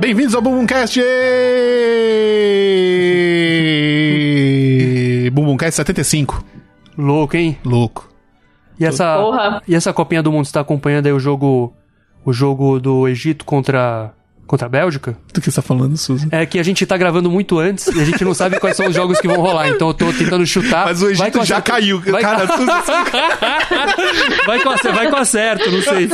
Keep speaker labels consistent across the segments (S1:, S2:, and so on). S1: Bem-vindos ao Bumbumcast! Bumbumcast 75.
S2: Louco, hein?
S1: Louco.
S2: E essa,
S3: Porra.
S2: e essa Copinha do Mundo está acompanhando aí o jogo o jogo do Egito contra contra a Bélgica?
S1: Do que você tá falando, Susan?
S2: É que a gente tá gravando muito antes e a gente não sabe quais são os jogos que vão rolar, então eu tô tentando chutar.
S1: Mas o
S2: Vai que
S1: Egito
S2: eu
S1: já
S2: acerto.
S1: caiu.
S2: Vai-
S1: Cara, Susan,
S2: Vai com acerto, vai com acerto, não sei.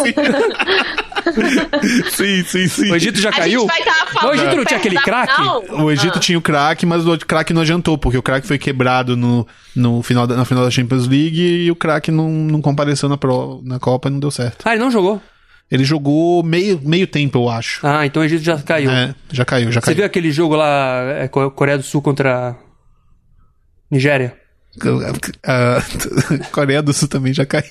S1: sim, sim, sim.
S2: O Egito já Ah.
S3: A
S2: caiu?
S3: gente vai estar falando.
S2: Não, o Egito não tinha
S3: perto
S2: aquele
S3: da
S2: craque?
S3: final?
S1: O Egito tinha o craque, mas o craque não adiantou, porque o craque foi quebrado no, no final da, na final da Champions League e o craque não, não compareceu na, pro, na Copa e não deu certo.
S2: Ah, ele não jogou.
S1: Ele jogou meio, meio tempo, eu acho.
S2: Ah, então o Egito já caiu.
S1: É, já caiu, já
S2: Você
S1: caiu.
S2: viu aquele jogo lá, é, Co- Coreia do Sul contra Nigéria?
S1: Ah, Coreia do Sul também já caiu.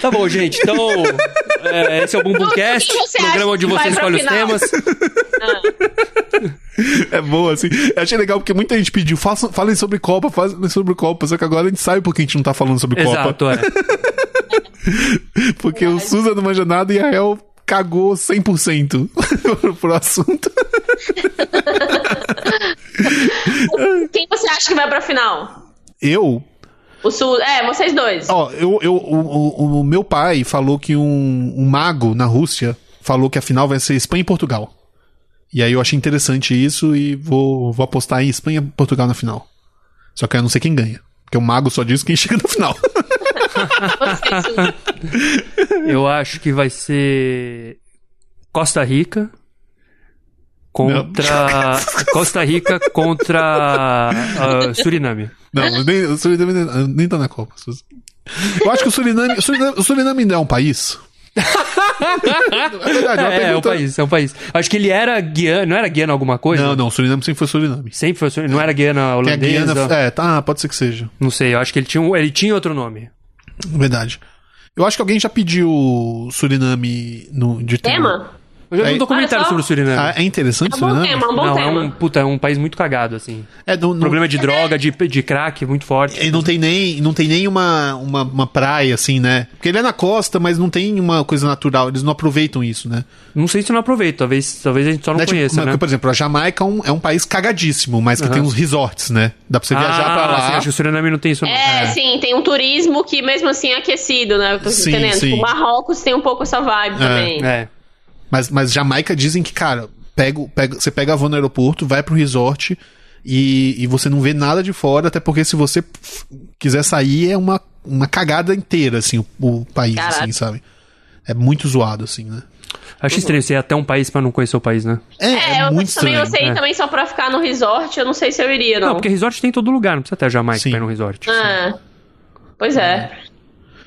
S2: Tá bom, gente. Então, é, esse é o Bumbumcast,
S3: Então, quem você
S2: programa
S3: acha
S2: onde
S3: que
S2: você
S3: vai pra
S2: escolhe os
S3: final?
S2: temas.
S1: É boa, assim. Eu achei legal porque muita gente pediu, façam, falem sobre Copa, falem sobre Copa. Só que agora a gente sabe porque a gente não tá falando sobre Copa.
S2: Exato, é.
S1: Porque o Susan não manja nada e a Hel cagou 100% pro- pro assunto.
S3: Quem você acha que vai pra final?
S1: Eu
S3: O Sul. É, vocês dois.
S1: Ó, eu, eu, o, o- o meu pai falou que um, um mago na Rússia falou que a final vai ser Espanha e Portugal. E aí eu achei interessante isso e vou, vou apostar em Espanha e Portugal na final. Só que eu não sei quem ganha. Porque o mago só diz quem chega na final.
S3: Vocês, Sul.
S2: Eu acho que vai ser Costa Rica contra Costa Rica contra ah, Suriname.
S1: Não, nem, o Suriname nem- nem tá na Copa. Eu acho que o Suriname, o Suriname, o Suriname ainda é um país. é verdade, uma
S2: É, é um
S1: pergunta-
S2: país, é um país. Acho que ele era guiana, não era guiana alguma coisa?
S1: Não, não, o Suriname sempre foi Suriname.
S2: Sempre foi, Suriname, não era guiana
S1: Tem a
S2: holandesa.
S1: Guiana. É, tá, pode ser que seja.
S2: Não sei, eu acho que ele tinha, um- ele tinha outro nome.
S1: Verdade. Eu acho que alguém já pediu Suriname no, de
S3: Tema?
S2: Eu já vi
S1: Aí-
S2: um documentário
S3: Olha só.
S2: sobre o
S1: Ah,
S2: Suriname.
S1: é interessante
S3: É um bom
S1: Suriname?
S3: tema, é um bom
S2: Não, é
S3: tema.
S2: um, puta, é um país muito cagado, assim.
S1: É, não, não,
S2: Problema de droga, de, de crack muito forte.
S1: e não tem nem, não tem nem uma, uma, uma praia, assim, né? Porque ele é na costa, mas não tem uma coisa natural. Eles não aproveitam isso, né?
S2: Não sei se eu não aproveito, talvez, talvez a gente só não
S1: Né, tipo,
S2: conheça,
S1: como é que,
S2: né?
S1: Por exemplo, a Jamaica é um, é um país cagadíssimo, mas que tem uns resorts, né? Dá pra você viajar pra
S2: Ah, sim,
S1: lá.
S2: acho que o Suriname não tem isso não.
S3: É, sim, tem um turismo que mesmo assim é aquecido, né? Eu tô
S1: Sim,
S3: entendendo.
S1: sim.
S3: Tipo, Marrocos tem um pouco essa vibe também.
S2: É.
S1: Mas, mas Jamaica dizem que, cara, pega, o- pega, você pega a van no aeroporto, vai pro resort e, e você não vê nada de fora, até porque se você f- quiser sair, é uma, uma cagada inteira, assim, o, o país,
S3: Caraca.
S1: assim, sabe? É muito zoado, assim, né?
S2: Acho estranho você ir até um país pra não conhecer o país, né?
S1: É, é,
S3: É, eu
S1: muito
S3: também
S1: estranho.
S3: eu sei
S2: é.
S3: também só pra ficar no resort, eu não sei se eu iria,
S2: Não,
S3: não.
S2: porque resort tem em todo lugar, não precisa até Jamaica
S1: Sim.
S2: pra ir num resort.
S3: Ah, pois é.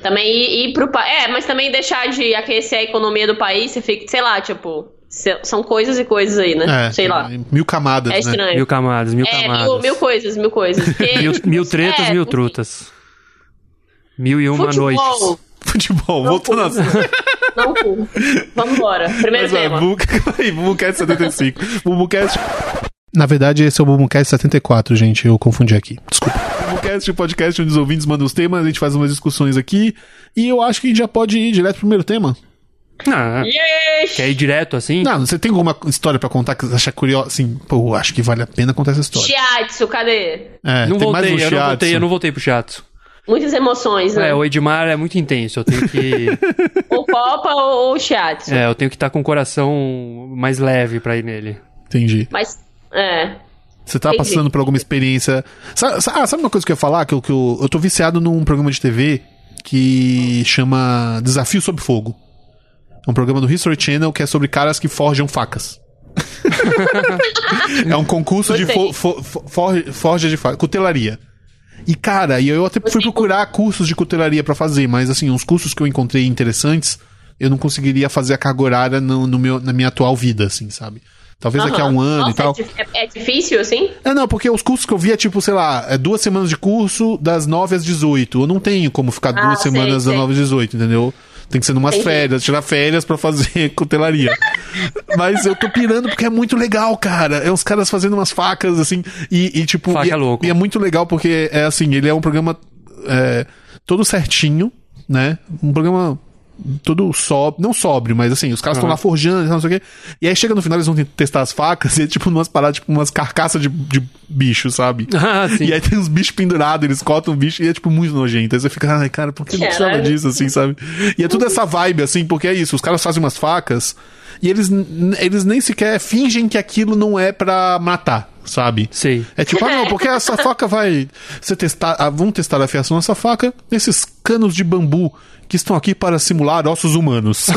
S3: Também ir, ir pro país. É, mas também deixar de aquecer a economia do país, você fica, sei lá, tipo. se- São coisas e coisas aí, né?
S1: É,
S3: sei lá.
S1: Mil camadas,
S3: É
S1: né?
S3: estranho.
S2: Mil camadas, mil
S3: é,
S2: camadas.
S3: mil, mil coisas, mil coisas. Porque,
S2: Mil, mil tretas,
S3: é,
S2: mil
S3: enfim.
S2: trutas. Mil e uma
S3: Futebol.
S2: noites.
S1: Futebol, voltando a
S3: Não cu. Vambora.
S1: Mas,
S3: Primeiro tema.
S1: ó, Bubu- Peraí, Bubucast 75. Bubucast. Na verdade, esse é o Bubucast 74, gente. Eu confundi aqui. Desculpa. Bubucast, o podcast onde os ouvintes mandam os temas, a gente faz umas discussões aqui. E eu acho que a gente já pode ir direto pro primeiro tema.
S2: Ah,
S3: Yes!
S2: quer ir direto assim?
S1: Não, você tem alguma história pra contar que você acha curiosa? Assim, pô, acho que vale a pena contar essa história.
S3: Shiatsu, cadê?
S1: É,
S2: Não
S1: tem
S2: voltei,
S1: mais um
S2: eu não voltei,
S1: shiatsu.
S2: eu não voltei pro chato.
S3: Muitas emoções, né?
S2: É, o Edmar é muito intenso, eu tenho que.
S3: Ou Copa ou, ou Shiatsu.
S2: é, eu tenho que estar com o coração mais leve pra ir nele.
S1: Entendi.
S3: Mas, é.
S1: Você tá
S3: Entendi.
S1: passando por alguma experiência. Sa- sa- ah, sabe uma coisa que eu ia falar? Que eu, que eu, eu tô viciado num programa de TV que chama Desafio Sob Fogo. É um programa do History Channel que é sobre caras que forjam facas. é um concurso de fo, fo- fo- for- forja de facas, cutelaria. E cara, e eu até fui procurar cursos de cutelaria pra fazer, mas assim, uns cursos que eu encontrei interessantes, eu não conseguiria fazer a carga horária no, no meu, na minha atual vida, assim, sabe? Talvez daqui a um
S3: Aham.
S1: ano
S3: Nossa,
S1: e tal.
S3: É, dif- é- é difícil, assim?
S1: É, não, porque os cursos que eu vi é tipo, sei lá, é duas semanas de curso das 9 às 18. Eu não tenho como ficar
S3: Ah,
S1: duas
S3: sei,
S1: semanas
S3: sei.
S1: das 9 às 18, entendeu? Tem que ser numas
S3: Entendi.
S1: férias, tirar férias pra fazer cutelaria. Mas eu tô pirando porque é muito legal, cara. É uns caras fazendo umas facas, assim, e, e, tipo.
S2: Faca
S1: e,
S2: louco.
S1: E é muito legal porque é assim, ele é um programa é, todo certinho, né? Um programa todo sóbrio, não sóbrio, mas assim, os caras estão lá forjando, não sei o quê. E aí chega no final, eles vão testar as facas e é tipo umas paradas, tipo umas carcaças de, de bicho, sabe?
S2: Ah, sim.
S1: E aí tem uns bichos pendurados, eles cortam o bicho e é, tipo, muito nojento. Aí você fica, ai, cara, por que não precisava
S3: Caralho.
S1: disso, assim, sabe? E é tudo essa vibe, assim, porque é isso, os caras fazem umas facas e eles, n- eles nem sequer fingem que aquilo não é pra matar, sabe?
S2: Sei.
S1: É tipo, ah não, porque essa faca vai ser testar, ah, vão testar a fiação dessa faca nesses canos de bambu que estão aqui para simular ossos humanos.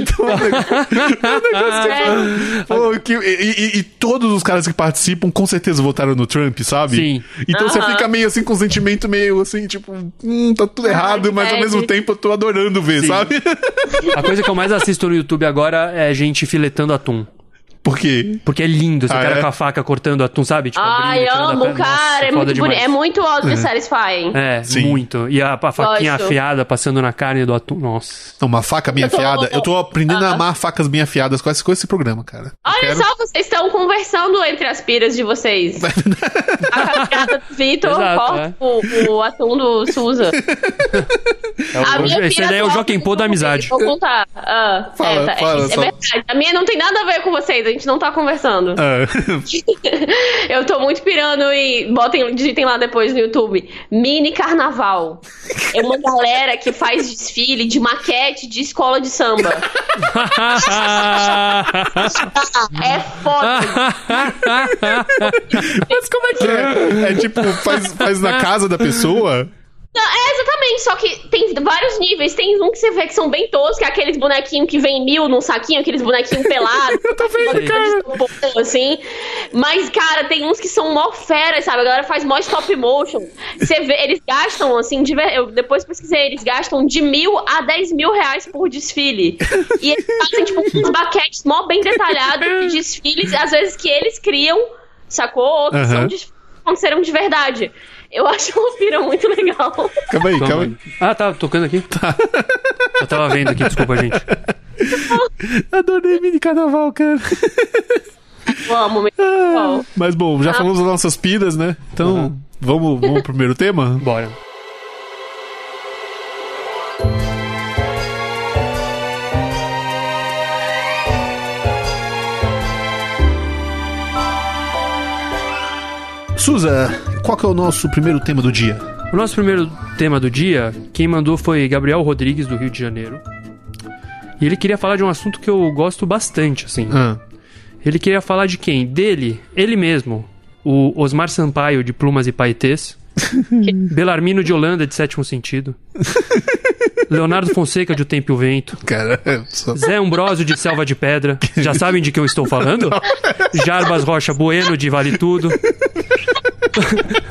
S1: então, é um
S2: Ah,
S1: negócio que eu
S3: É,
S1: Pô, que- e, e- e todos os caras que participam com certeza votaram no Trump, sabe?
S2: Sim.
S1: Então você
S3: Aham.
S1: fica meio assim com um sentimento meio assim, tipo, hum, tá tudo errado,
S3: que
S1: mas ao
S3: bad.
S1: mesmo tempo eu tô adorando ver,
S2: Sim.
S1: sabe?
S2: A coisa que eu mais assisto no YouTube agora é gente filetando atum.
S1: Porque
S2: Porque é lindo, esse
S1: Ah,
S2: cara
S1: é?
S2: com a faca cortando atum, sabe? Tipo,
S3: Ai,
S2: abrindo, tirando a
S3: amo,
S2: pele. Nossa,
S3: cara. é
S2: foda
S3: muito bonito.
S2: demais.
S3: É muito óbvio satisfying.
S2: É,
S1: Sim.
S2: muito. E a, a faquinha
S3: Gosto.
S2: afiada passando na carne do atum. Nossa.
S1: Não, é uma faca bem
S3: Eu tô-
S1: afiada. Eu tô aprendendo a
S3: Aham.
S1: amar facas bem afiadas com esse, com esse programa, cara. Eu
S3: Olha
S1: quero-
S3: só, vocês estão conversando entre as piras de vocês. a caminhada do Vitor
S2: Exato,
S3: corta o, o atum do Suza.
S2: É o-
S3: A minha
S2: esse
S3: pira
S2: daí é o
S3: toca
S2: Joaquim
S3: do
S2: Pô da
S3: Suzy,
S2: amizade.
S3: Vou contar. Ah,
S1: Fala,
S3: é, tá,
S1: fala,
S3: é,
S1: só.
S3: verdade. A minha não tem nada a ver com vocês, a gente não tá conversando.
S1: Ah,
S3: Eu tô muito pirando e botem, digitem lá depois no YouTube. Mini carnaval. É uma galera que faz desfile de maquete de escola de samba. é foda.
S2: Mas como é que
S1: é, é tipo, faz, faz na casa da pessoa.
S3: Não, é exatamente, só que tem vários níveis. Tem um que você vê que são bem toscos, que é aqueles bonequinhos que vem mil num saquinho, aqueles bonequinhos pelados. Eu tô
S2: vendo,
S3: Assim. Mas, cara, tem uns que são mó feras, sabe? A galera faz mó stop motion. Você vê, eles gastam, assim, de ver- eu depois pesquisei, eles gastam de mil a dez mil reais por desfile. E eles fazem, tipo, uns baquetes mó bem detalhados de desfiles, às vezes que eles criam, sacou? Ou que
S1: Aham.
S3: são desfiles que aconteceram de verdade. Eu acho uma pira muito legal.
S1: Calma aí, calma aí.
S2: Calma. Ah, tá tocando aqui? Tá. Eu tava vendo aqui, desculpa, gente.
S1: Adorei mini carnaval, cara.
S3: Eu amo mesmo. Bom,
S1: Mas bom, já falamos das nossas piras, né? Então, vamos, vamos pro primeiro tema?
S2: Bora.
S1: Suza, qual que é o nosso primeiro tema do dia?
S2: O nosso primeiro tema do dia, quem mandou foi Gabriel Rodrigues, do Rio de Janeiro. E ele queria falar de um assunto que eu gosto bastante, assim.
S1: Ah,
S2: Ele queria falar de quem? Dele, ele mesmo, o Osmar Sampaio de Plumas e Paetês, Belarmino de Holanda de Sétimo Sentido, Leonardo Fonseca de O Tempo e o Vento,
S1: cara, só...
S2: Zé Ambrosio de Selva de Pedra, já sabem de que eu estou falando? Jarbas Rocha Bueno de Vale Tudo.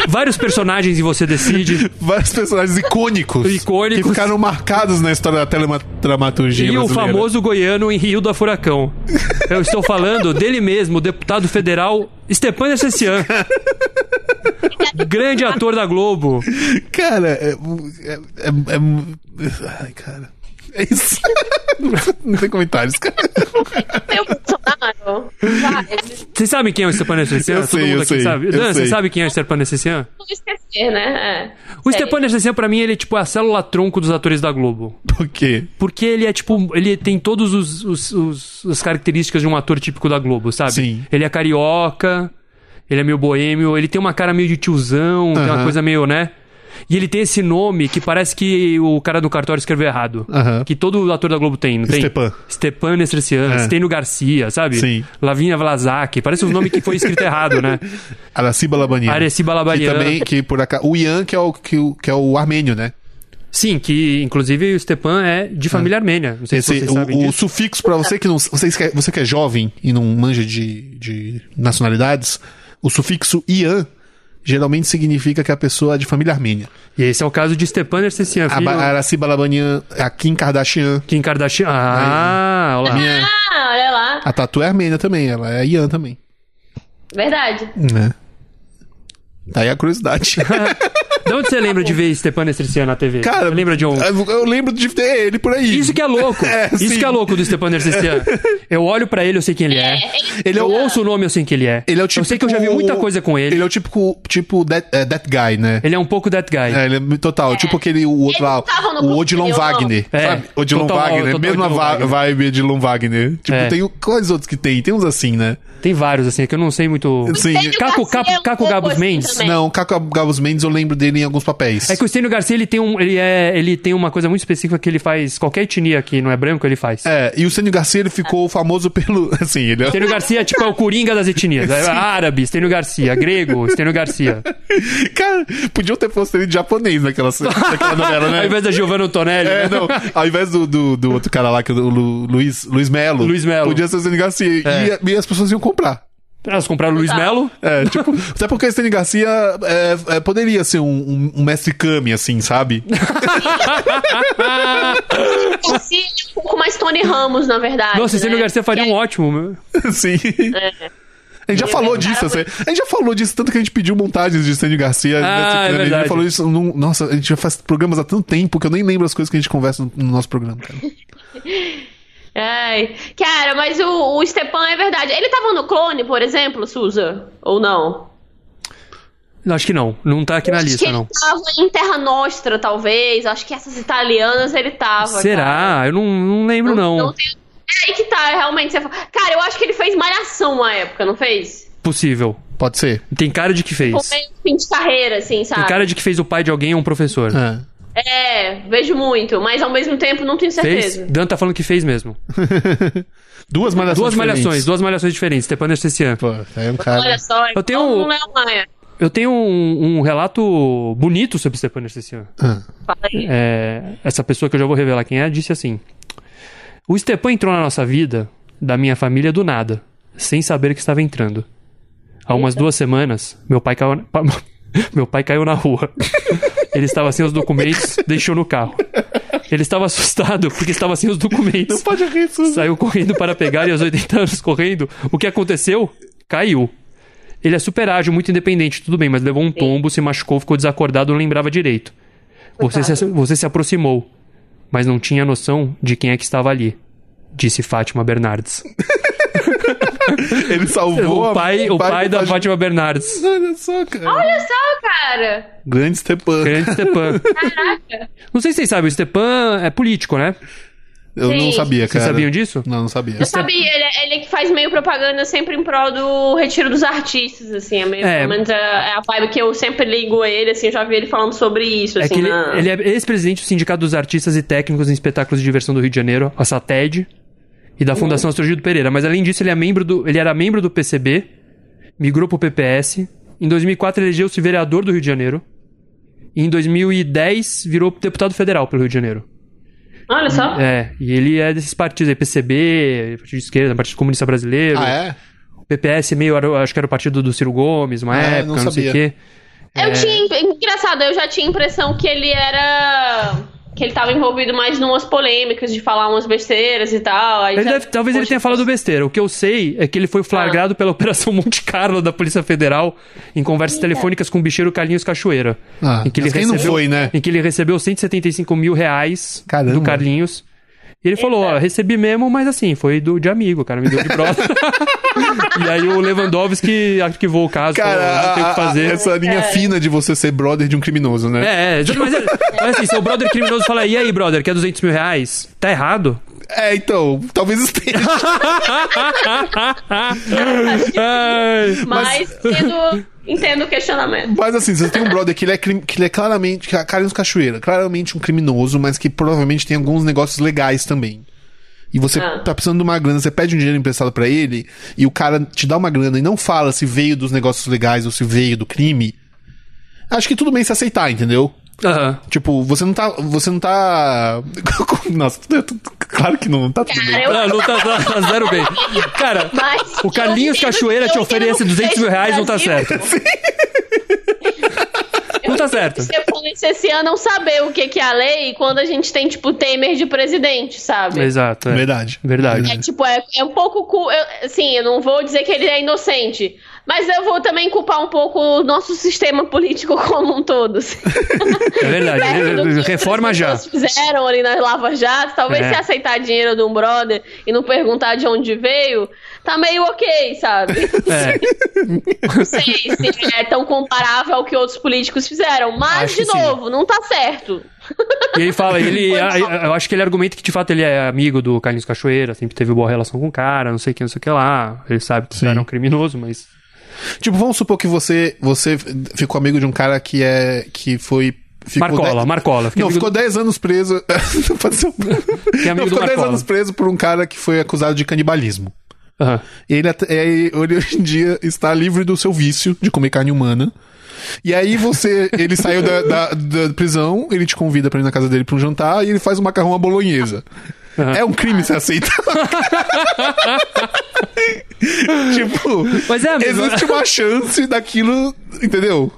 S2: Vários personagens e você decide.
S1: vários personagens icônicos,
S2: Icônicos.
S1: que ficaram marcados na história da teledramaturgia
S2: E o
S1: brasileira.
S2: famoso goiano em Rio da Furacão. Eu estou falando dele mesmo, o deputado federal Stepan Sessian. Grande ator da Globo.
S1: Cara, é... é, é- é- ai, cara... É isso. Não tem comentários, cara.
S3: meu Bolsonaro. Vai, não
S2: Vocês sabem quem é o Stepan Sessian?
S1: Eu sei, eu sei,
S2: sabe.
S1: eu
S2: Dan,
S1: sei.
S2: você sabe quem é o Stepan Sessian?
S3: esquecer, né? É.
S2: O
S3: Sei.
S2: Stepan Sessian, pra mim, ele é tipo a célula tronco dos atores da Globo.
S1: Por quê?
S2: Porque ele é tipo. Ele tem todas os, os- os- as características de um ator típico da Globo, sabe?
S1: Sim.
S2: Ele é carioca, ele é meio boêmio, ele tem uma cara meio de tiozão, tem uma
S1: Aham.
S2: coisa meio, né? E ele tem esse nome que parece que o cara do cartório escreveu errado.
S1: Aham.
S2: Que todo ator da Globo tem, não
S1: Stepan.
S2: tem? Stepan Nestreciano,
S1: É.
S2: Stênio Garcia, sabe?
S1: Sim.
S2: Lavinha Vlasak. Parece um nome que foi escrito errado, né?
S1: Araciba Labanian.
S2: Araciba Labanian.
S1: Que também, que por acaso... O Ian, que é o, que, o- que é o armênio, né?
S2: Sim, que inclusive o Stepan é de família armênia. Não sei se
S1: Esse,
S2: vocês sabem
S1: o, o
S2: disso.
S1: sufixo pra você que não você que, é- você que é jovem e não manja de, de nacionalidades, o sufixo ian geralmente significa que a pessoa é de família armênia.
S2: E esse é o caso de Stepan Nestreciano,
S1: A
S2: filho
S1: Ba- Araciba Labanian, a Kim Kardashian,
S2: Kim Kardashian. Ah, olha
S1: a
S2: lá.
S1: É. minha
S3: Ah, olha lá.
S1: a Tatu é armênia também, ela é ian também,
S3: Verdade.
S1: né? Tá aí a curiosidade.
S2: De onde você lembra de ver Stepan Estrician na TV?
S1: Cara,
S2: você lembra de um...
S1: eu, eu lembro de ter ele por aí.
S2: Isso que é louco.
S1: É,
S2: Isso
S1: sim.
S2: que é louco do Stepan Estrician. Eu olho pra ele, eu sei quem ele é.
S1: Ele é
S2: eu
S1: o-
S2: ouço o nome, eu sei quem ele é.
S1: Ele é o
S2: Eu sei que eu já vi
S1: típico-
S2: muita coisa com ele.
S1: Ele é o tipo, tipo that, é, that Guy, né?
S2: Ele é um pouco that guy.
S1: É, ele é total, tipo aquele o outro lá,
S3: estavam no
S1: o
S3: clube
S1: Odilon
S3: anterior, não.
S1: Wagner,
S2: É,
S1: sabe? Odilon
S2: total,
S1: Wagner,
S2: total
S1: mesma
S2: Odilon
S1: va-
S2: Wagner.
S1: vibe Odilon Wagner. Tipo,
S2: É.
S1: tem o- quais outros que tem? Tem uns assim, né?
S2: Tem vários, assim, que eu não sei muito.
S1: Sim.
S3: Tem
S2: Caco-
S3: o Garcia
S2: Caco-
S3: um
S2: Caco
S3: pouco
S2: Gabos
S3: assim
S2: Mendes.
S3: também.
S1: Não, o Caco Gabos Mendes eu lembro dele em alguns papéis.
S2: É que o Estênio Garcia, ele tem, um, ele, é, ele tem uma coisa muito específica que ele faz. Qualquer etnia que não é branco, ele faz.
S1: É, e o Sênio Garcia ele
S2: Ah.
S1: ficou famoso pelo, assim, ele é
S2: Estênio Garcia, tipo, é o coringa das etnias. É árabe, Estênio Garcia. Grego, Estênio Garcia.
S1: Cara, podiam ter posto ele de japonês naquela, naquela novela,
S2: Ao
S1: né?
S2: invés da Giovanna Antonelli.
S1: É,
S2: né?
S1: não. Ao invés do, do, do outro cara lá, que é o Lu- Luiz, Luiz Melo.
S2: Luiz Melo. É.
S1: Podia ser o Sênio Garcia. E, e as pessoas iam comprar.
S2: Elas compraram o Luiz Melo.
S1: É, tipo, até porque o Stanley Garcia é, é, poderia ser um, um- um mestre Kami, assim, sabe?
S3: Garcia é um pouco mais Tony Ramos, na verdade.
S2: Nossa, Estênio
S3: né?
S2: Garcia faria um ótimo. meu.
S1: Assim. A gente já
S2: é
S1: falou
S2: um
S1: disso, assim. A gente já falou disso, tanto que a gente pediu montagens de Stanley Garcia.
S2: Ah,
S1: mestre
S2: é
S1: Kami. a gente já
S2: verdade.
S1: falou isso. num- nossa, a gente já faz programas há tanto tempo que eu nem lembro as coisas que a gente conversa no, no nosso programa, cara.
S3: é. Ai, cara, mas o, o Stepan é verdade. Ele tava no clone, por exemplo, Suza? Ou não?
S2: Não, Acho que não. Não tá aqui na
S3: Acho que
S2: lista,
S3: ele
S2: não.
S3: tava em Terra Nostra, talvez. Acho que essas italianas ele tava. cara.
S2: Será? Eu não, não lembro, não.
S3: tenho- É aí que tá, realmente. Você... fa- Cara, eu acho que ele fez malhação uma época, não fez?
S2: Possível.
S1: Pode ser?
S2: Tem cara de que fez.
S3: Ou meio fim de carreira, assim, sabe?
S2: Tem cara de que fez o pai de alguém ou um professor.
S1: É.
S3: É, vejo muito, mas ao mesmo tempo não tenho
S2: Fez?
S3: certeza.
S2: Dan tá falando que fez mesmo.
S1: Duas malhações.
S2: Duas
S1: diferentes.
S2: malhações, duas malhações diferentes, Stepan Anestesian.
S1: Pô, aí é um cara.
S3: Olha só, então
S2: tenho-
S3: não Léo Maia.
S2: Eu tenho um, um relato bonito sobre Stepan Anestesian.
S1: Ah,
S3: Fala aí.
S2: É, essa pessoa que eu já vou revelar quem é disse assim: O Stepan entrou na nossa vida, da minha família, do nada, sem saber que estava entrando. Há umas duas semanas, meu pai caiu na, pa- meu pai caiu na rua. Ele estava sem os documentos, deixou no carro. Ele estava assustado porque estava sem os documentos.
S1: Não pode rir, Suzy.
S2: Saiu correndo para pegar e aos 80 anos correndo. O que aconteceu? Caiu. Ele é super ágil, muito independente, tudo bem, mas levou um tombo, se machucou, ficou desacordado, não lembrava direito. Você se, você se aproximou, mas não tinha noção de quem é que estava ali. Disse Fátima Bernardes.
S1: Ele salvou
S2: o
S1: a-
S2: pai, o pai da Fátima Bernardes.
S1: Olha só, cara.
S3: Olha só, cara.
S1: Grande Stepan.
S2: Grande Stepan.
S3: Caraca.
S2: Não sei se vocês sabem, o Stepan é político, né?
S1: Eu não
S3: Sim.
S1: sabia, cara.
S2: Vocês sabiam disso?
S1: Não, não sabia.
S3: Eu sabia, ele, é- ele é que faz meio propaganda sempre em prol do retiro dos artistas, assim, é meio,
S2: É.
S3: pelo menos é, é a vibe que eu sempre ligo a ele, assim, eu já vi ele falando sobre isso,
S2: É
S3: assim,
S2: que ele,
S3: na-
S2: ele é ex-presidente do Sindicato dos Artistas e Técnicos em Espetáculos de Diversão do Rio de Janeiro, a SATED, e
S1: Hum.
S2: da Fundação Astrogido Pereira. Mas além disso, ele, é membro do, ele era membro do PCB, migrou pro PPS. Em 2004, elegeu-se vereador do Rio de Janeiro. E em 2010, virou deputado federal pelo Rio de Janeiro.
S3: Olha só.
S1: Ah.
S2: É, e ele é desses partidos aí, PCB, Partido de Esquerda, Partido Comunista Brasileiro.
S1: Ah, é?
S2: PPS meio, era- acho que era o partido do Ciro Gomes, uma
S1: Ah,
S2: época,
S1: não
S2: não, sei
S1: sabia.
S2: o quê. É.
S3: Eu tinha. Engraçado, eu já tinha a impressão que ele era. que ele tava envolvido mais em umas polêmicas de falar umas besteiras e tal. aí
S2: Ele
S3: já-
S2: deve- talvez ele
S3: Então, Poxa, Ah.
S2: tenha falado besteira. O que eu sei é que ele foi flagrado pela Operação Monte Carlo da Polícia Federal em conversas telefônicas com o bicheiro Carlinhos Cachoeira.
S1: Ah,
S2: em que ele
S1: mas quem não
S2: recebeu,
S1: foi, né?
S2: Em que ele recebeu 175 mil reais
S1: Caramba.
S2: do Carlinhos. E ele falou, ó, recebi mesmo, mas assim, foi do, de amigo, cara, me deu de brother. e aí o Lewandowski arquivou o caso, falou, não tem o
S1: Cara,
S2: que fazer.
S1: essa linha
S3: É.
S1: fina de você ser brother de um criminoso, né?
S2: É, é, mas, é- mas assim, seu brother criminoso fala, e aí, brother, quer 200 mil reais? Tá errado?
S1: É, então, talvez esteja.
S3: Tá
S2: Ai...
S3: Mas entendo, entendo o questionamento.
S1: mas assim, você tem um brother que ele é, crim- que ele é claramente. Ca- Carlos Cachoeira, claramente um criminoso, mas que provavelmente tem alguns negócios legais também. E você
S3: Ah.
S1: tá precisando de uma grana, você pede um dinheiro emprestado pra ele, e o cara te dá uma grana e não fala se veio dos negócios legais ou se veio do crime. Acho que tudo bem se aceitar, entendeu?
S2: Aham.
S1: Tipo, você não tá. Você não tá. Nossa, tu- tu- tu- claro que não, tá tudo
S3: Cara,
S1: bem.
S3: eu.
S2: Ah, não tá, tá- tá zero bem. Cara,
S3: Mas
S2: o Carlinhos
S3: eu entendo-
S2: Cachoeira te
S3: eu entendo
S2: oferece
S3: o
S2: 200 mil reais, não tá
S3: contexto do
S2: certo.
S3: Brasil.
S2: não tá certo.
S3: Você pô, licenciando não saber o que, que é a lei quando a gente tem, tipo, Temer de presidente, sabe?
S2: Exato. É.
S1: Verdade.
S2: Verdade.
S3: É tipo, é, é um pouco. cu- eu- assim, eu não vou dizer que ele é inocente. Mas eu vou também culpar um pouco o nosso sistema político como um todo.
S2: É verdade.
S3: Perto do que
S2: Reforma
S3: as
S2: já.
S3: pessoas fizeram ali nas Lava Jato, talvez
S2: É.
S3: se aceitar dinheiro de um brother e não perguntar de onde veio, tá meio ok, sabe?
S2: É.
S3: Não sei se é tão comparável ao que outros políticos fizeram, mas,
S2: Acho que
S3: de novo, não tá certo.
S2: E ele fala, ele. a- a- eu acho que ele argumenta que de fato ele é amigo do Carlinhos Cachoeira, sempre teve boa relação com o cara, não sei quem, não sei o que lá. Ele sabe que o
S1: Sim.
S2: cara é um criminoso, mas.
S1: Tipo, vamos supor que você, você ficou amigo de um cara que é. que foi. Ficou
S2: Marcola,
S1: dez-
S2: Marcola. Fiquei
S1: Não,
S2: amigo
S1: ficou 10 anos preso. Não pode ser um-
S2: amigo
S1: Não,
S2: do
S1: ficou 10
S2: Marcola.
S1: anos preso por um cara que foi acusado de canibalismo.
S2: do- Aham.
S1: Ele, at- é, ele hoje em dia está livre do seu vício de comer carne humana. E aí você. Ele saiu da, da- da prisão, ele te convida pra ir na casa dele pra um jantar e ele faz um macarrão à bolonhesa. É um crime se aceitar. tipo,
S2: Mas é, amigo.
S1: existe uma chance daquilo, entendeu?